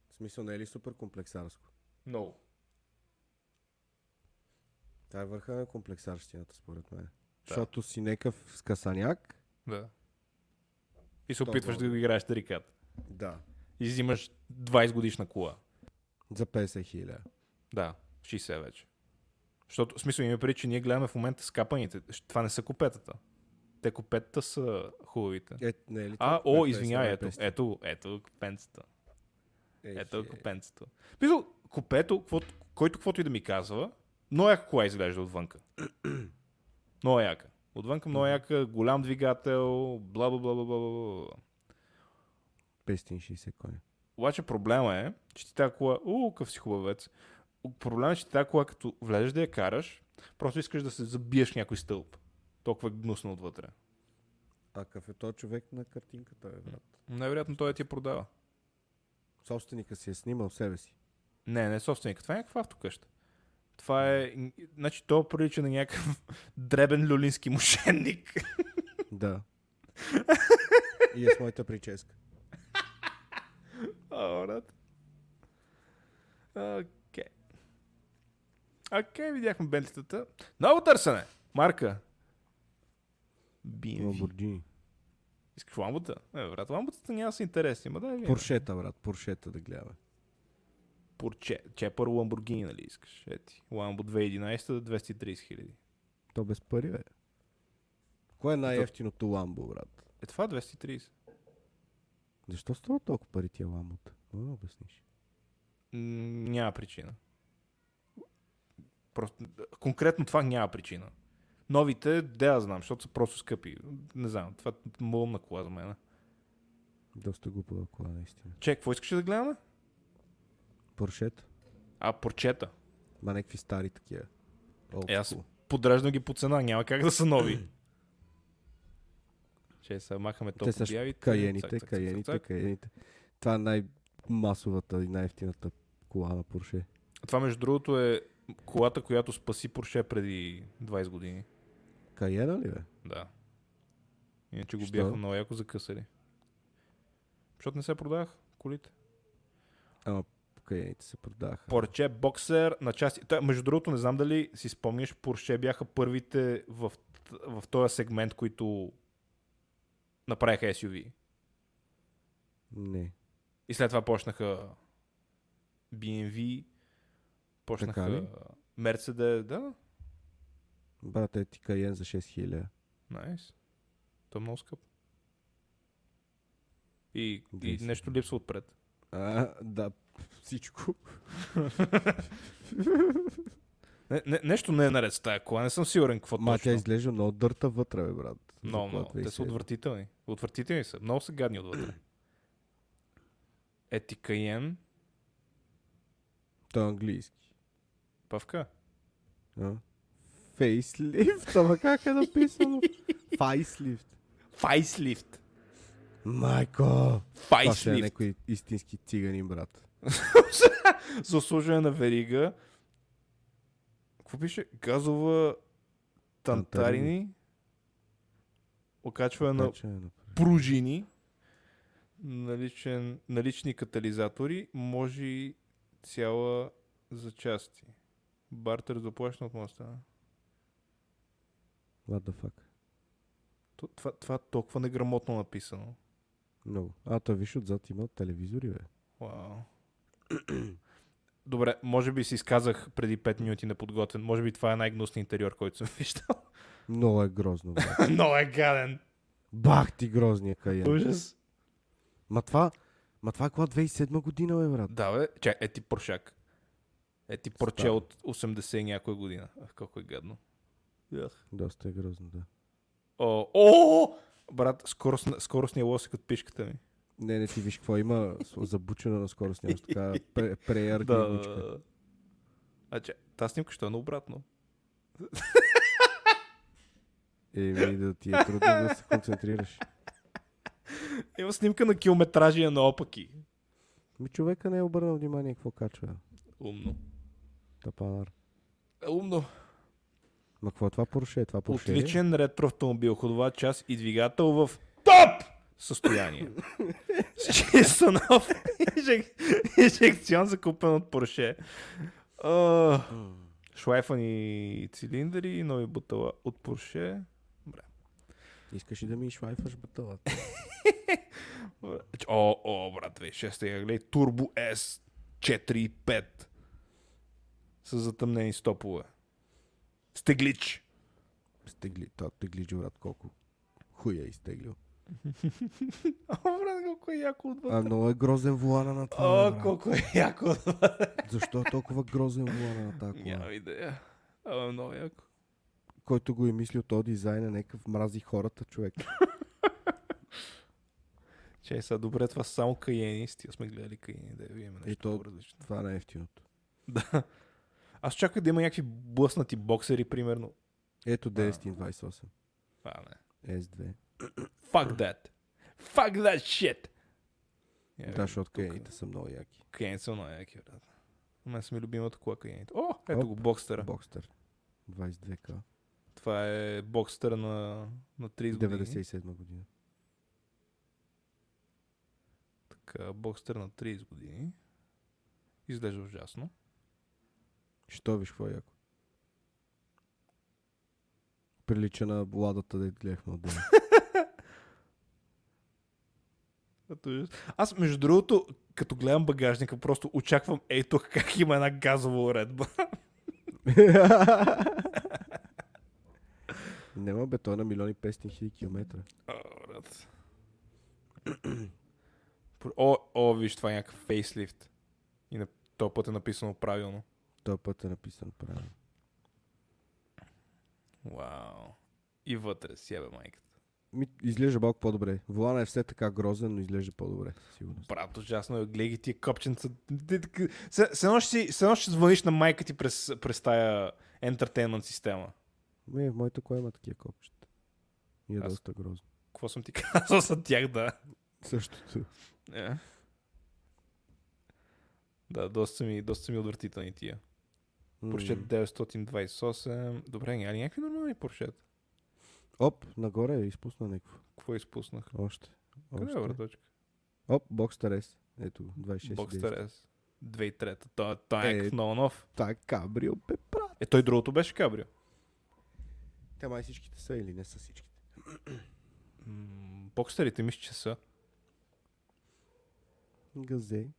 [SPEAKER 2] В смисъл, не е ли супер комплексарско?
[SPEAKER 1] Много.
[SPEAKER 2] Това е върха на комплексарщината, според мен. Защото си некъв скъсаняк.
[SPEAKER 1] Да. И се
[SPEAKER 2] То
[SPEAKER 1] опитваш
[SPEAKER 2] много.
[SPEAKER 1] да го играеш тарикат.
[SPEAKER 2] Да.
[SPEAKER 1] И взимаш 20 годишна кола.
[SPEAKER 2] За 50 хиляди.
[SPEAKER 1] Да, 60 вече. Защото, в смисъл, има преди, че ние гледаме в момента скапаните. Щ- Това не са купетата. Те купетата са хубавите.
[SPEAKER 2] Е, не е ли
[SPEAKER 1] А,
[SPEAKER 2] това
[SPEAKER 1] о,
[SPEAKER 2] 50
[SPEAKER 1] извинявай,
[SPEAKER 2] на
[SPEAKER 1] ето,
[SPEAKER 2] 50?
[SPEAKER 1] ето, го, ето го купенцата.
[SPEAKER 2] Е,
[SPEAKER 1] Ето го
[SPEAKER 2] хе.
[SPEAKER 1] купенцата. Мисъл, купето, каквото- който каквото и да ми казва, много яка кола изглежда отвънка. много яка. Отвънка много яка, голям двигател, бла бла бла бла бла бла. бла.
[SPEAKER 2] 560 коня.
[SPEAKER 1] Обаче проблема е, че ти тази кола, у, къв си хубавец. Проблема е, че ти тази кола, като влезеш да я караш, просто искаш да се забиеш в някой стълб. Толкова е гнусно отвътре.
[SPEAKER 2] А какъв е този човек на картинката, бе, брат?
[SPEAKER 1] Най-вероятно той ти я продава.
[SPEAKER 2] Собственика си е снимал себе си.
[SPEAKER 1] Не, не е собственик. Това е някаква автокъща. Това е... Значи то прилича на някакъв дребен люлински мошенник.
[SPEAKER 2] да. И е с моята прическа.
[SPEAKER 1] О, брат. Окей. Окей, видяхме бентлитата. Ново търсене! Марка. BMW.
[SPEAKER 2] Ламборджини.
[SPEAKER 1] Искаш Е,
[SPEAKER 2] Е.
[SPEAKER 1] ламбата? Не, брат, ламбата няма да са интересни, ма дай ви.
[SPEAKER 2] Поршета, брат, поршета да гледаме.
[SPEAKER 1] порче. Чепър Ламборгини, нали искаш? Ети. Ламбо 2011 до 230 хиляди.
[SPEAKER 2] То без пари, бе. Кое е най-ефтиното ламбо, брат?
[SPEAKER 1] Е това е 230.
[SPEAKER 2] Защо струва толкова пари тия ламбота? Може да обясниш.
[SPEAKER 1] М, няма причина. Просто, конкретно това няма причина. Новите, да я знам, защото са просто скъпи. Не знам, това е мълна кола за мен.
[SPEAKER 2] Доста глупава кола, наистина.
[SPEAKER 1] Чек, какво искаш да гледаме?
[SPEAKER 2] Поршет.
[SPEAKER 1] А, порчета.
[SPEAKER 2] Ма някакви стари такива. Old
[SPEAKER 1] Е, аз
[SPEAKER 2] school.
[SPEAKER 1] подреждам ги по цена, няма как да са нови. Ще се махаме
[SPEAKER 2] Те
[SPEAKER 1] топ
[SPEAKER 2] са ш-
[SPEAKER 1] обявите.
[SPEAKER 2] каените,
[SPEAKER 1] Е, цак, цак,
[SPEAKER 2] каените,
[SPEAKER 1] цак, цак.
[SPEAKER 2] каените. Това е най-масовата и най-ефтината кола на Порше.
[SPEAKER 1] Това между другото е колата, която спаси Порше преди 20 години.
[SPEAKER 2] Каена ли бе?
[SPEAKER 1] Да. Иначе го
[SPEAKER 2] Що?
[SPEAKER 1] бяха много яко закъсали. Защото не се продавах колите.
[SPEAKER 2] Ама каените се продаха.
[SPEAKER 1] Порче боксер на части. Та, между другото, не знам дали си спомняш, Порше бяха първите в, т- в този сегмент, които направиха SUV.
[SPEAKER 2] Не.
[SPEAKER 1] И след това почнаха BMW,
[SPEAKER 2] Така
[SPEAKER 1] почнаха
[SPEAKER 2] ли?
[SPEAKER 1] Mercedes, да,
[SPEAKER 2] Брат, е ти каен за 6000.
[SPEAKER 1] найс. То е много скъп. И, и
[SPEAKER 2] Действително.
[SPEAKER 1] нещо липсва отпред.
[SPEAKER 2] А, да, всичко.
[SPEAKER 1] Не, не, нещо не е наред с тая кола, не съм сигурен какво
[SPEAKER 2] Ма тя
[SPEAKER 1] точно.
[SPEAKER 2] изглежда много дърта вътре, бе, брат. за
[SPEAKER 1] Много,
[SPEAKER 2] кола
[SPEAKER 1] много. Те са
[SPEAKER 2] 27.
[SPEAKER 1] отвратителни. Отвратителни са. Много са гадни отвътре. Ети Каен,
[SPEAKER 2] Той е английски.
[SPEAKER 1] павка.
[SPEAKER 2] А? Фейслифт, ама как е написано? Файслифт.
[SPEAKER 1] Файслифт.
[SPEAKER 2] Майко! Това ще е
[SPEAKER 1] Файслифт.
[SPEAKER 2] някой истински циганин, брат.
[SPEAKER 1] За обслужване на верига. Какво пише? Газова тантарини. Окачване на
[SPEAKER 2] Така че е на-
[SPEAKER 1] пружини. Наличен, налични катализатори. Може и цяла за части. Бартер заплащан от моя страна.
[SPEAKER 2] What the fuck?
[SPEAKER 1] То- Това, това е толкова неграмотно написано.
[SPEAKER 2] Много. А, той виж отзад има телевизори, бе.
[SPEAKER 1] Вау. Добре, може би си изказах преди 5 минути неподготвен. Може би това е най-гнусният интериор, който съм виждал.
[SPEAKER 2] Много е грозно, бе.
[SPEAKER 1] Много е гаден.
[SPEAKER 2] Бах ти грозния каен.
[SPEAKER 1] Ужас.
[SPEAKER 2] Ма това... Ма това е кола 2007 година, бе, брат.
[SPEAKER 1] Да, бе. Чай, е ти поршак. Е ти порче
[SPEAKER 2] Стар.
[SPEAKER 1] от 80 и някоя година. Ах, колко е гадно. Ах.
[SPEAKER 2] Доста е грозно, да.
[SPEAKER 1] О, о! Брат, скоростна, скоростния лосик от пишката ми.
[SPEAKER 2] Не, не ти виж какво има с- забучена на скорост, нямаш така пре- преярка да. глучка.
[SPEAKER 1] Да. А, че, тази снимка ще е наобратно.
[SPEAKER 2] Еми да ти е трудно да се концентрираш.
[SPEAKER 1] Има снимка на километражи а наопаки.
[SPEAKER 2] Ми човека не е обърнал внимание какво качва.
[SPEAKER 1] Умно.
[SPEAKER 2] Тапанар.
[SPEAKER 1] Е, Умно.
[SPEAKER 2] Ма какво е това Порше? Това Порше Е?
[SPEAKER 1] Отличен ретро автомобил, ходова част и двигател в топ състояние. С Чисто нов инжек... инжекцион, закупен от Порше. Шлайфани цилиндри и нови бутала от Порше.
[SPEAKER 2] Искаш ли да ми шлайфаш баталата?
[SPEAKER 1] О, о, брат, 2006 гледай, Turbo S 4 и 5 с затъмнени стопове. Стеглич.
[SPEAKER 2] Стегли, това теглиджи, брат, колко хуя е изтеглил.
[SPEAKER 1] О, брат, колко е яко отвътре.
[SPEAKER 2] А, много е грозен вулана на това,
[SPEAKER 1] О,
[SPEAKER 2] брат.
[SPEAKER 1] колко е яко отвътре.
[SPEAKER 2] Защо е толкова грозен вулана на тази кола?
[SPEAKER 1] Няма идея. Ама много яко.
[SPEAKER 2] Който го е мислил то дизайна, нека мрази хората, човек.
[SPEAKER 1] Чай сега, добре, това са само каени. Стига сме гледали каени, да я видим нещо
[SPEAKER 2] то-
[SPEAKER 1] то... различно.
[SPEAKER 2] Това не е ефтиното.
[SPEAKER 1] Да. Аз чаках да има някакви блъснати боксери, примерно.
[SPEAKER 2] Ето 928.
[SPEAKER 1] А, не.
[SPEAKER 2] S2.
[SPEAKER 1] Fuck that. Fuck that shit. Я
[SPEAKER 2] Да,
[SPEAKER 1] да,
[SPEAKER 2] защото каените са много яки.
[SPEAKER 1] каени са много яки, брат. У мен са ми любимата кола каените. О, ето го, бокстера.
[SPEAKER 2] Бокстър. 22к.
[SPEAKER 1] Това е бокстера на, на 30 години.
[SPEAKER 2] 97 година.
[SPEAKER 1] Така, бокстер на 30 години. Изглежда ужасно.
[SPEAKER 2] Що виж какво е яко? Прилича на ладата, да гледахме от
[SPEAKER 1] Като ужас. Аз, между другото, като гледам багажника, просто очаквам ей тук как има една газова уредба.
[SPEAKER 2] Няма бе, той е на милиони 500 хиляди километра.
[SPEAKER 1] О, брат. Про- О, о, виж, това е някакъв фейслифт. И на този път е написано правилно.
[SPEAKER 2] Той път е написан правилно.
[SPEAKER 1] Вау. И вътре, сябе майката.
[SPEAKER 2] Ми, изглежда малко по-добре. Волана е все така грозен, но изглежда по-добре. Сигурно.
[SPEAKER 1] Брат, ужасно е. Гледай ги тия копченца. Те така- Се се едно ще, си- се едно ще звъниш на майка ти през, през тая ентертеймент система.
[SPEAKER 2] Ме, в моето кое има такива копчета. И е
[SPEAKER 1] Аз-
[SPEAKER 2] доста грозно.
[SPEAKER 1] Какво съм ти казал за тях, да?
[SPEAKER 2] Същото.
[SPEAKER 1] Е. Да, доста са ми, доста са ми отвратителни тия. Поршет 928. Добре, няма ли някакви нормални поршет?
[SPEAKER 2] Оп, нагоре е изпусна някакво.
[SPEAKER 1] Какво изпуснах?
[SPEAKER 2] Още.
[SPEAKER 1] Къде е
[SPEAKER 2] Още.
[SPEAKER 1] враточка?
[SPEAKER 2] Оп, Бокстер S. Ето, го, 26.
[SPEAKER 1] Бокстер
[SPEAKER 2] 10.
[SPEAKER 1] S. 2003. Той, той е
[SPEAKER 2] Е.
[SPEAKER 1] някакъв много нов.
[SPEAKER 2] Така, брио, пе, брат.
[SPEAKER 1] Е, той другото беше кабрио.
[SPEAKER 2] Те май всичките са или не са всичките?
[SPEAKER 1] М, Бокстерите мисля, че са.
[SPEAKER 2] Газе.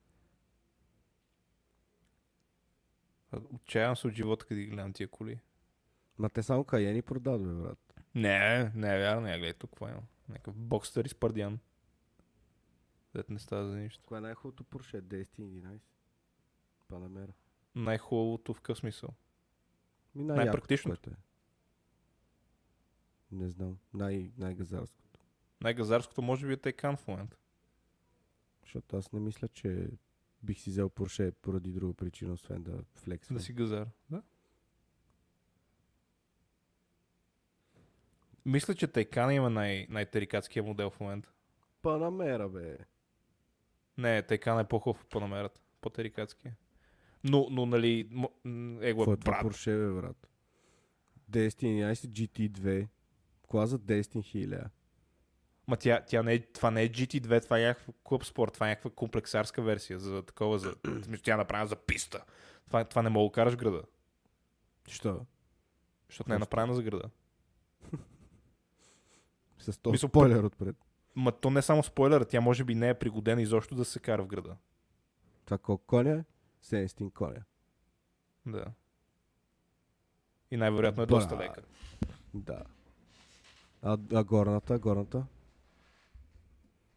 [SPEAKER 1] Отчаявам се от живота, къде ги гледам тия коли.
[SPEAKER 2] Ма те само Каяни продадове, брат.
[SPEAKER 1] Не, не е вярно. Я гледай тук, какво има. Някакъв бокстер изпърдян. Дет не става за нищо.
[SPEAKER 2] Кое е най-хубавото Порше? 10 и 11. Панамера.
[SPEAKER 1] Най-хубавото в къв смисъл.
[SPEAKER 2] Ми
[SPEAKER 1] Най-практичното.
[SPEAKER 2] което е. Не знам. Най- най-газарско.
[SPEAKER 1] Най-газарското може би е Тайкан в момента.
[SPEAKER 2] Защото аз не мисля, че бих си взел Порше поради друга причина, освен да флексвам.
[SPEAKER 1] Да си газар. Да. Мисля, че Тайкан има най- най-тарикатския модел в момента.
[SPEAKER 2] Панамера,
[SPEAKER 1] е
[SPEAKER 2] бе.
[SPEAKER 1] Не, Тайкан е по-хубав от Панамерата. По-тарикатския. Но, но нали, м- м- его е
[SPEAKER 2] Твоето
[SPEAKER 1] брат.
[SPEAKER 2] Порше, бе, брат. 10 и 11 GT2. Кола за 10 и 1000.
[SPEAKER 1] Ма тя, тя не е, това не е GT2, това е някаква клуб спорт, това е някаква комплексарска версия за такова, за, в смисъл, тя е направена за писта. Това, това не мога да караш в града,
[SPEAKER 2] Що?
[SPEAKER 1] защото не е
[SPEAKER 2] Защо?
[SPEAKER 1] направена за града.
[SPEAKER 2] С този
[SPEAKER 1] Мисъл,
[SPEAKER 2] спойлер отпред.
[SPEAKER 1] Ма то не е само спойлера, тя може би не е пригодена изобщо да се кара в града.
[SPEAKER 2] Това колко коня? е? 700 коня.
[SPEAKER 1] Да. И най-вероятно е
[SPEAKER 2] Ба.
[SPEAKER 1] доста лека.
[SPEAKER 2] Да. А, а горната, горната?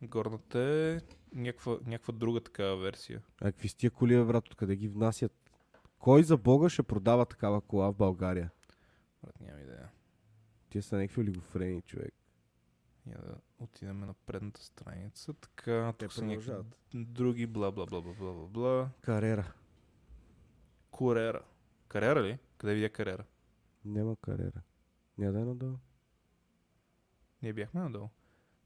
[SPEAKER 1] Горната е някаква, някаква друга такава версия.
[SPEAKER 2] А какви са тия коли, бе, брат, откъде ги внасят? Кой за бога ще продава такава кола в България?
[SPEAKER 1] Брат, нямам идея.
[SPEAKER 2] Тие са някакви олигофрени, човек.
[SPEAKER 1] Я да отидем на предната страница. Така,
[SPEAKER 2] Те
[SPEAKER 1] тук са някакви
[SPEAKER 2] продължават.
[SPEAKER 1] други бла бла бла бла бла бла бла.
[SPEAKER 2] Карера.
[SPEAKER 1] Курера. Карера ли? Къде видя карера?
[SPEAKER 2] Няма карера. Няма да е надолу.
[SPEAKER 1] Ние бяхме надолу.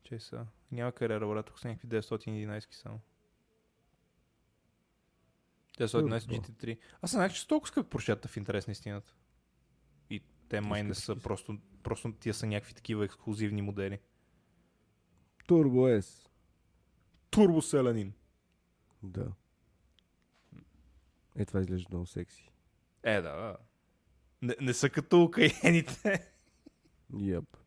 [SPEAKER 1] Че са. Няма кариера, брат. Тук са някакви 911 само. 911
[SPEAKER 2] Добре.
[SPEAKER 1] GT3. Аз не знаех, че са толкова скъпи поршета в интерес на истината. И те май не
[SPEAKER 2] скъпи
[SPEAKER 1] са
[SPEAKER 2] са.
[SPEAKER 1] просто, просто тия са някакви такива ексклюзивни модели.
[SPEAKER 2] Турбо S.
[SPEAKER 1] Турбо селянин.
[SPEAKER 2] Да. Е, това изглежда много секси.
[SPEAKER 1] Е, да, да. Не, не са като окаените.
[SPEAKER 2] Йеп.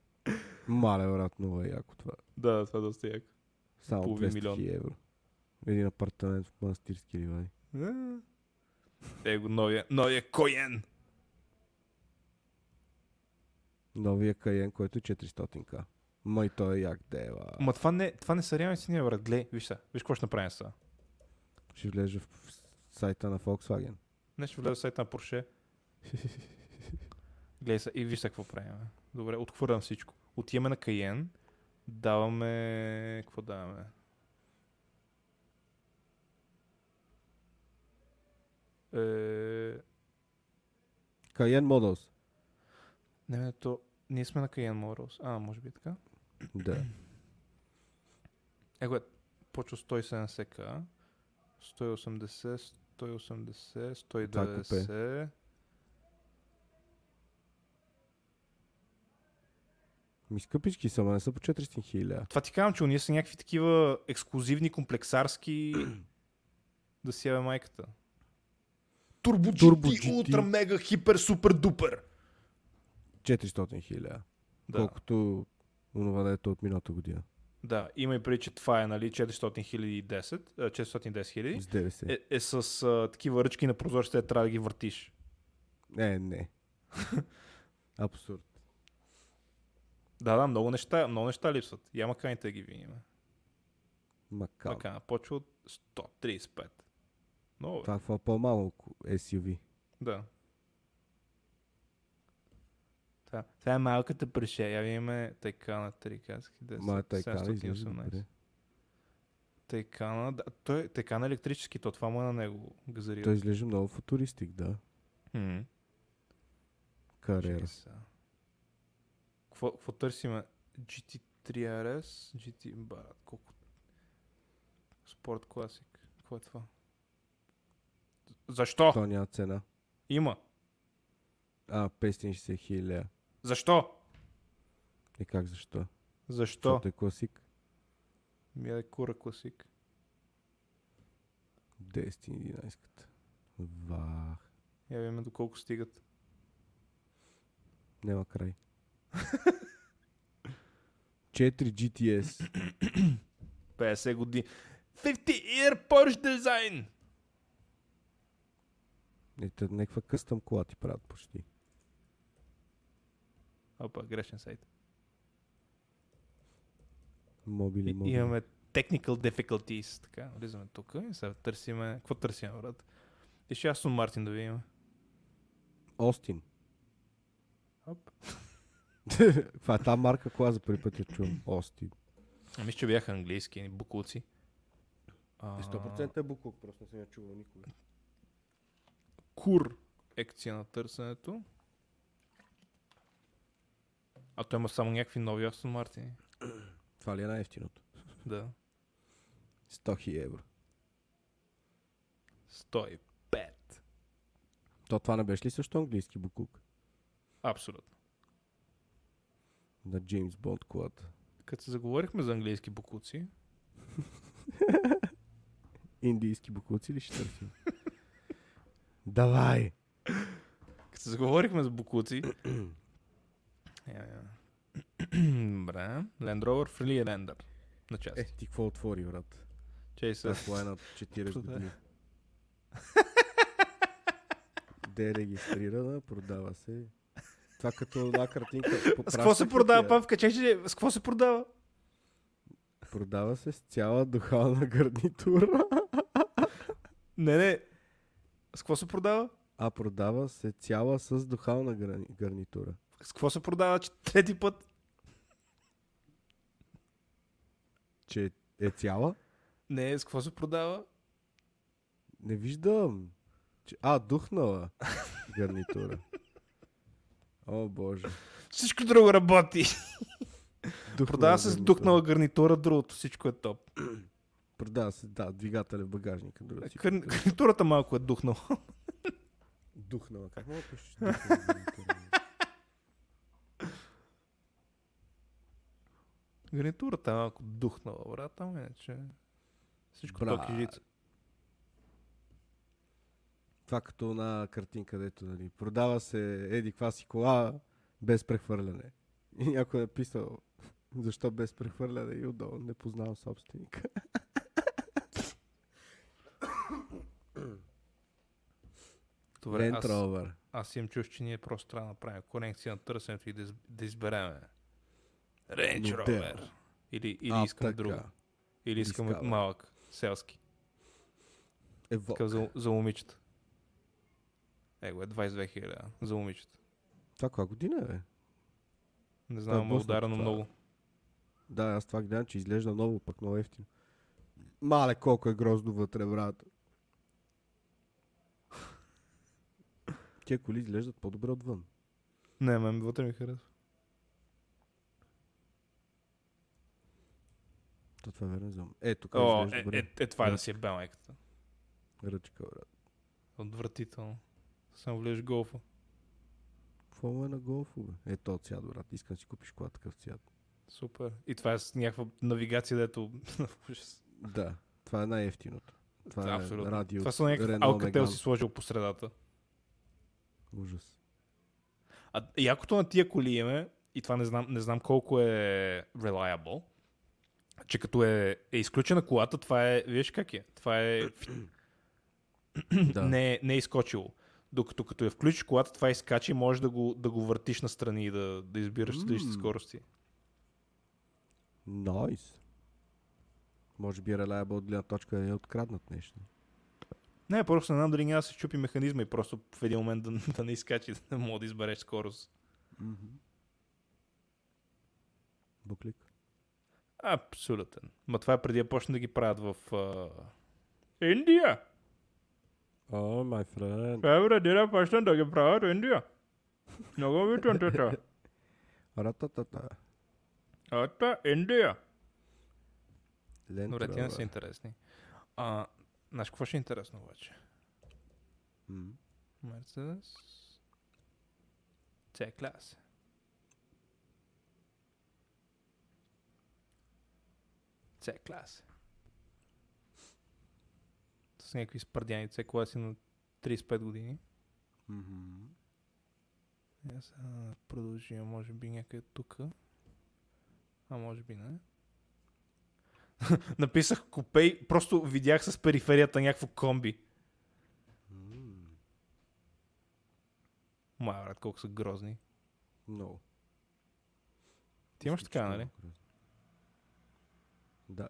[SPEAKER 2] Мале, брат, много е яко това.
[SPEAKER 1] да, това е доста яко.
[SPEAKER 2] Само
[SPEAKER 1] Половин
[SPEAKER 2] 200
[SPEAKER 1] милион.
[SPEAKER 2] хиляди евро. Един апартамент в манастирски ливади.
[SPEAKER 1] Е, го новия, новия коен.
[SPEAKER 2] Новия Каен, който е 400к. Ма и той е як дева.
[SPEAKER 1] Ма това не, това не са реални синия, брат. Глей, виж сега. Виж какво ще направим сега.
[SPEAKER 2] Ще влезе в в сайта на Volkswagen.
[SPEAKER 1] Не ще влезе в сайта на Порше. Гледай се и виж сега какво правим. Добре, отхвърлям всичко. Отиваме на Каен, даваме... Какво даваме? Е...
[SPEAKER 2] Каен Models.
[SPEAKER 1] Не, не, то... Ние сме на Каен Морос. А, може би така.
[SPEAKER 2] Да.
[SPEAKER 1] Его е почва 170 к 180, 180,
[SPEAKER 2] Това е купе.
[SPEAKER 1] 190.
[SPEAKER 2] Ми скъпички са, ма не са по 400 хиляди.
[SPEAKER 1] Това ти казвам, че уния са някакви такива ексклюзивни, комплексарски да си ябе майката. Турбо GT,
[SPEAKER 2] Turbo GT.
[SPEAKER 1] ултра, мега, хипер, супер, дупер.
[SPEAKER 2] 400 хиляди.
[SPEAKER 1] Да.
[SPEAKER 2] Колкото онова дето от миналата година.
[SPEAKER 1] Да, има и преди, че това е нали, 400 хиляди 10, а, 410 хиляди.
[SPEAKER 2] С 90.
[SPEAKER 1] Е, е, с а, такива ръчки на прозорците, трябва да ги въртиш.
[SPEAKER 2] Не, не. Абсурд.
[SPEAKER 1] Да, да, много неща, много неща липсват. Я маканите да ги видим.
[SPEAKER 2] Макал.
[SPEAKER 1] Макана почва от 135. Много. бе.
[SPEAKER 2] Това какво е по-малко SUV.
[SPEAKER 1] Да. Това, това е малката преше. Я видиме Тайкана 3 каски. 10,
[SPEAKER 2] Моя Тайкан е изглежда
[SPEAKER 1] 718.
[SPEAKER 2] добре.
[SPEAKER 1] Тайкана, да, той, е Тайкана електрически, то това му е на него газария.
[SPEAKER 2] Той изглежда много футуристик, да.
[SPEAKER 1] М.
[SPEAKER 2] Карера.
[SPEAKER 1] Какво какво търсиме? GT3 RS, GT Барат. Колко? Спорт класик. Какво е това? Защо?
[SPEAKER 2] То няма цена.
[SPEAKER 1] Има.
[SPEAKER 2] А, 560 хиляди.
[SPEAKER 1] Защо?
[SPEAKER 2] И как защо?
[SPEAKER 1] Защо?
[SPEAKER 2] Защото е класик.
[SPEAKER 1] Ми е кура класик.
[SPEAKER 2] 10-11-ката. Вах.
[SPEAKER 1] Я видим доколко стигат.
[SPEAKER 2] Няма край. 4 GTS.
[SPEAKER 1] 50 години. 50 year Porsche design!
[SPEAKER 2] Ето, някаква къстъм кола ти правят почти.
[SPEAKER 1] Опа, грешен сайт.
[SPEAKER 2] Мобили,
[SPEAKER 1] И,
[SPEAKER 2] мобили.
[SPEAKER 1] имаме technical difficulties. Така, влизаме тук и сега търсиме... Какво търсиме, брат? И ще Астон Мартин да видим.
[SPEAKER 2] Остин.
[SPEAKER 1] Оп.
[SPEAKER 2] Това е та марка кола за първи път я чувам. Остин.
[SPEAKER 1] А Мисля, че бяха английски, букуци. А,
[SPEAKER 2] е буклук, просто не съм я чувал никога.
[SPEAKER 1] Кур екция на търсенето. А той има само някакви нови Астон Мартини.
[SPEAKER 2] Това ли е най-ефтиното?
[SPEAKER 1] Да.
[SPEAKER 2] 100 000 евро.
[SPEAKER 1] 105.
[SPEAKER 2] То това не беше ли също английски буклук?
[SPEAKER 1] Абсолютно.
[SPEAKER 2] На Джеймс Бонд колата.
[SPEAKER 1] Като се заговорихме за английски букуци,
[SPEAKER 2] Индийски буклуци ли ще търсим? Давай!
[SPEAKER 1] като се заговорихме за букуци... Я, я. е. Добре. Land Rover Freely Render. На части.
[SPEAKER 2] Е, ти какво отвори, брат?
[SPEAKER 1] Чей се...
[SPEAKER 2] Това е на 40
[SPEAKER 1] Продай.
[SPEAKER 2] години. Дерегистрирана, продава се. Това като една картинка.
[SPEAKER 1] С какво се
[SPEAKER 2] попращаха
[SPEAKER 1] продава,
[SPEAKER 2] тия.
[SPEAKER 1] Павка? Чей ще... С какво се продава?
[SPEAKER 2] Продава се с цяла духална гарнитура.
[SPEAKER 1] Не, не. С какво се продава?
[SPEAKER 2] А продава се цяла с духална грани- гарнитура.
[SPEAKER 1] С какво се продава че трети път?
[SPEAKER 2] Че е цяла?
[SPEAKER 1] Не, с какво се продава?
[SPEAKER 2] Не виждам. Че... А, духнала гарнитура. О, боже.
[SPEAKER 1] Всичко друго работи.
[SPEAKER 2] Духнала
[SPEAKER 1] Продава се с
[SPEAKER 2] гарнитура.
[SPEAKER 1] духнала гарнитура, другото всичко е топ.
[SPEAKER 2] Продава се, да, двигателя в багажника. Друго си.
[SPEAKER 1] Гарни- Гарнитурата малко е духнала.
[SPEAKER 2] Духнала. Как мога да пишеш духнала гарнитура?
[SPEAKER 1] Гарнитурата е малко духнала, брат, ама иначе... Всичко
[SPEAKER 2] Брат.
[SPEAKER 1] ток и жица.
[SPEAKER 2] Това като на картинка, дето, нали, продава се еди каква си кола без прехвърляне. И някой е написал, защо без прехвърляне и отдолу не познавам собственика.
[SPEAKER 1] Добре,
[SPEAKER 2] Land
[SPEAKER 1] аз,
[SPEAKER 2] Rover.
[SPEAKER 1] аз им чуш, че ние просто трябва да направим корекция на търсенето и да, из- да избереме. Range
[SPEAKER 2] Модел.
[SPEAKER 1] Rover. Или, или
[SPEAKER 2] А,
[SPEAKER 1] искаме
[SPEAKER 2] така.
[SPEAKER 1] друго. Или искаме
[SPEAKER 2] Discovery.
[SPEAKER 1] малък, селски.
[SPEAKER 2] Evoque.
[SPEAKER 1] Такъв за, за момичета. Его е 22 хиляди за момичета.
[SPEAKER 2] Това коя година е, бе?
[SPEAKER 1] Не знам, ама
[SPEAKER 2] блъснато
[SPEAKER 1] ударено
[SPEAKER 2] е това.
[SPEAKER 1] много.
[SPEAKER 2] Да, аз това гледам, че изглежда много, пък много ефтино. Мале, колко е грозно вътре, брат. Тия коли изглеждат по-добре отвън.
[SPEAKER 1] Не, мен вътре ми харесва.
[SPEAKER 2] То това е верно за мен. Е, тук
[SPEAKER 1] О,
[SPEAKER 2] изглежда
[SPEAKER 1] е,
[SPEAKER 2] добре.
[SPEAKER 1] е, е, това е да
[SPEAKER 2] Ръчка.
[SPEAKER 1] си е майката.
[SPEAKER 2] Ръчка, брат.
[SPEAKER 1] Отвратително. Само влияш голфа.
[SPEAKER 2] Какво му е на голф, бе? Е, то цвят, брат. Искам да си купиш кола такъв цвят.
[SPEAKER 1] Супер. И това е с някаква навигация, дето... Ужас.
[SPEAKER 2] Да, това е най-ефтиното. Това е
[SPEAKER 1] Абсолютно.
[SPEAKER 2] радио.
[SPEAKER 1] това са някакъв
[SPEAKER 2] Renault
[SPEAKER 1] алкател
[SPEAKER 2] Megane.
[SPEAKER 1] си сложил по средата.
[SPEAKER 2] Ужас.
[SPEAKER 1] А якото на тия коли име, и това не знам, не знам колко е reliable, че като е, е изключена колата, това е, виж как е, това е,
[SPEAKER 2] Да.
[SPEAKER 1] не, е- не е изкочило. Докато като я включиш колата, това изкача и можеш да го, да го въртиш настрани и да, да избираш различни
[SPEAKER 2] М.
[SPEAKER 1] скорости.
[SPEAKER 2] Нойс. Може би релайба от гледна точка да е откраднат нещо.
[SPEAKER 1] Не, просто не знам дали няма да се чупи механизма и просто в един момент да, да не изкачи, да не мога да избереш скорост.
[SPEAKER 2] Буклик.
[SPEAKER 1] Абсолютен. Ма това е преди да почне да ги правят в... а, Индия!
[SPEAKER 2] О, oh, my friend.
[SPEAKER 1] Това е преди да почне да ги правят в Индия. Много обичам тета.
[SPEAKER 2] Рататата.
[SPEAKER 1] Ата Индия.
[SPEAKER 2] Лентова.
[SPEAKER 1] Добре, ти не са интересни. А, знаеш какво ще е интересно обаче? Мерцедес. С клас. С клас. С някакви спърдяни С класи на 35 години. Я сега да продължим, може би някъде тук. А може би не. Написах купе и просто видях с периферията някакво комби. Май, брат, колко са грозни.
[SPEAKER 2] Много.
[SPEAKER 1] Ти имаш така, нали?
[SPEAKER 2] Да.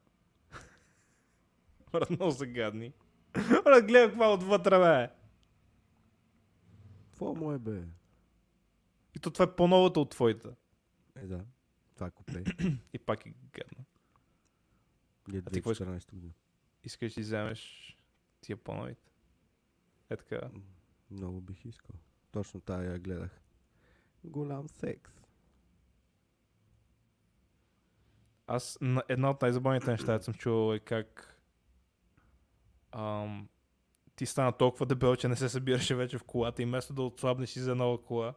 [SPEAKER 1] Брат, много са гадни. Брат, гледай каква отвътре, бе.
[SPEAKER 2] Какво му е бе?
[SPEAKER 1] И то това е по-новата от твоята.
[SPEAKER 2] Е, да. Това е купе.
[SPEAKER 1] И пак е гадно.
[SPEAKER 2] Ние
[SPEAKER 1] А ти какво искаш?
[SPEAKER 2] 2014 година.
[SPEAKER 1] Искаш да си вземеш тия по-новите. Е така.
[SPEAKER 2] Много бих искал. Точно тая я гледах. Голям секс.
[SPEAKER 1] Аз на- една от най-забавните неща, които съм чувал е как ам, ти стана толкова дебел, че не се събираше вече в колата и вместо да отслабнеш си за нова кола,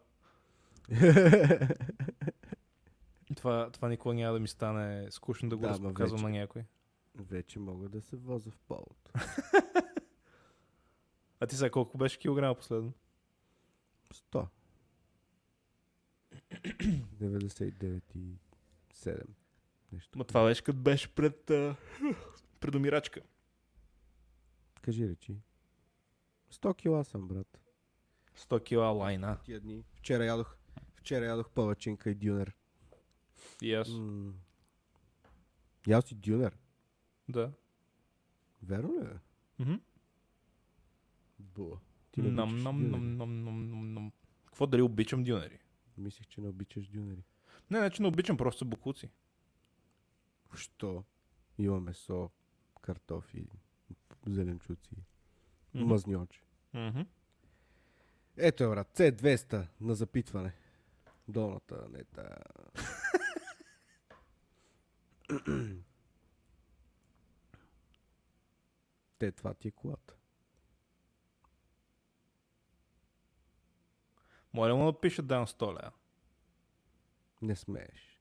[SPEAKER 1] това, това никога няма да ми стане скучно да го
[SPEAKER 2] Да,
[SPEAKER 1] да,
[SPEAKER 2] ма
[SPEAKER 1] разказвам
[SPEAKER 2] вече.
[SPEAKER 1] на някой.
[SPEAKER 2] Вече мога да се воза в полото.
[SPEAKER 1] А ти сега колко беше килограма последно?
[SPEAKER 2] 100. 99 и 7. Нещо.
[SPEAKER 1] Ма това беше като беше пред, а, пред умирачка.
[SPEAKER 2] Кажи речи. 100 кила съм, брат.
[SPEAKER 1] 100 кила лайна.
[SPEAKER 2] Тия дни. Вчера ядох, вчера ядох палачинка и дюнер.
[SPEAKER 1] И аз.
[SPEAKER 2] М. Ял си дюнер.
[SPEAKER 1] Да.
[SPEAKER 2] Верно ли е?
[SPEAKER 1] Мгм.
[SPEAKER 2] Бо. Ти не
[SPEAKER 1] Нам,
[SPEAKER 2] обичаш
[SPEAKER 1] нам,
[SPEAKER 2] дюнери.
[SPEAKER 1] нам, нам, нам, нам, нам. Какво дали обичам дюнери?
[SPEAKER 2] Мислех, че не обичаш дюнери.
[SPEAKER 1] Не, не, че не обичам просто са букуци.
[SPEAKER 2] Що? Има месо, картофи, зеленчуци, mm-hmm.
[SPEAKER 1] Мгм.
[SPEAKER 2] мазньочи.
[SPEAKER 1] Мгм.
[SPEAKER 2] Ето е, брат, C200 на запитване. Долната не та. Те, това ти е колата.
[SPEAKER 1] Моля му да пише дам 100 лева.
[SPEAKER 2] Не смееш.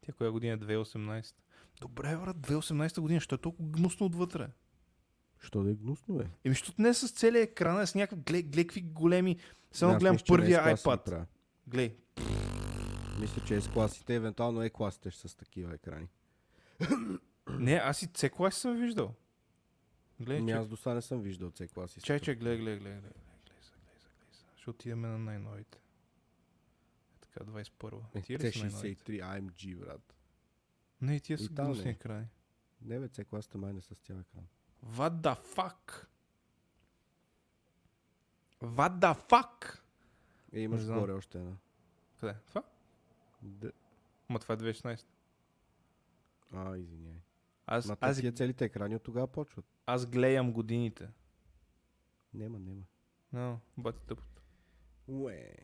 [SPEAKER 1] Тя коя година е 2018? Добре, брат, 2018 година, що е толкова гнусно отвътре?
[SPEAKER 2] Що да е гнусно, бе?
[SPEAKER 1] Еми, защото не е с целия екран, а с някакви гле, гле, какви големи... Само
[SPEAKER 2] Аз
[SPEAKER 1] гледам
[SPEAKER 2] мисля, че не е
[SPEAKER 1] първия
[SPEAKER 2] S-класа
[SPEAKER 1] iPad.
[SPEAKER 2] направя.
[SPEAKER 1] Глей,
[SPEAKER 2] Мисля, че е с класите, евентуално е класите ще са с такива екрани.
[SPEAKER 1] не, аз и c класи съм виждал. Глей,
[SPEAKER 2] Ами
[SPEAKER 1] чай,
[SPEAKER 2] аз до сега не съм виждал C класи.
[SPEAKER 1] Е, чай, чай, гледай, гледай, гледай, гледай, гледай, са, гледай, са, гледай, са. Ще отидем на най-новите. Е така, 21.
[SPEAKER 2] Е,
[SPEAKER 1] Е, тия ли са най-новите?
[SPEAKER 2] C63 AMG, брат.
[SPEAKER 1] Не, тия
[SPEAKER 2] И
[SPEAKER 1] са
[SPEAKER 2] там
[SPEAKER 1] гнусни
[SPEAKER 2] ли?
[SPEAKER 1] екрани.
[SPEAKER 2] Не, бе, C класите май не са с цял екран.
[SPEAKER 1] What the fuck? What the fuck?
[SPEAKER 2] Е, имаш
[SPEAKER 1] Не знам.
[SPEAKER 2] горе още една.
[SPEAKER 1] Къде? Това?
[SPEAKER 2] Д...
[SPEAKER 1] Ма това е 2016.
[SPEAKER 2] А, извиняй.
[SPEAKER 1] Аз,
[SPEAKER 2] Ма аз...
[SPEAKER 1] аз,
[SPEAKER 2] тия целите екрани от тогава почват.
[SPEAKER 1] аз гледам годините.
[SPEAKER 2] Нема, нема.
[SPEAKER 1] No, бати тъпо.
[SPEAKER 2] Уе.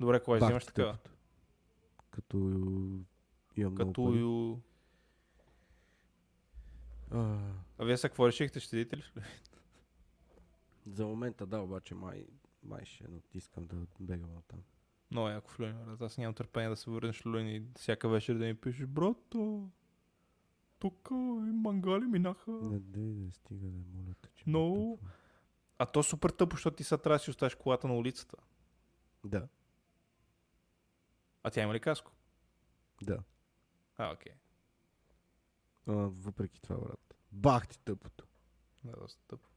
[SPEAKER 1] Добре, кога
[SPEAKER 2] Бах
[SPEAKER 1] взимаш
[SPEAKER 2] ти
[SPEAKER 1] такава?
[SPEAKER 2] тъпото. Като имам
[SPEAKER 1] Като
[SPEAKER 2] много пари.
[SPEAKER 1] ю...
[SPEAKER 2] А,
[SPEAKER 1] А вие сега какво решихте? Ще идете ли? в-
[SPEAKER 2] за момента да, обаче май, май ще искам да бегам от там.
[SPEAKER 1] Много яко в Люлин, брат. Аз нямам търпение да се върнеш в Люлин и всяка вечер да ми пишеш, брат, а, тук а, и мангали минаха.
[SPEAKER 2] Не дей да стига да е моля те, че... ме
[SPEAKER 1] Но-
[SPEAKER 2] пъпва.
[SPEAKER 1] А то е супер тъпо, защото ти сега трябва да си оставиш колата на улицата.
[SPEAKER 2] Да.
[SPEAKER 1] А тя има ли каско?
[SPEAKER 2] Да.
[SPEAKER 1] А, окей.
[SPEAKER 2] А, въпреки това, брат. Бах ти тъпото.
[SPEAKER 1] Да, доста тъпо.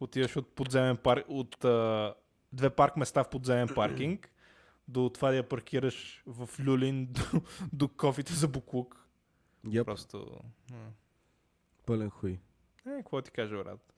[SPEAKER 1] Отиваш от подземен парк, от а, две парк места в подземен паркинг, до това да я паркираш в Люлин, до, до кофите за буклук.
[SPEAKER 2] Йоп,
[SPEAKER 1] Просто... м.
[SPEAKER 2] пълен хуй.
[SPEAKER 1] Е, какво ти кажа, брат?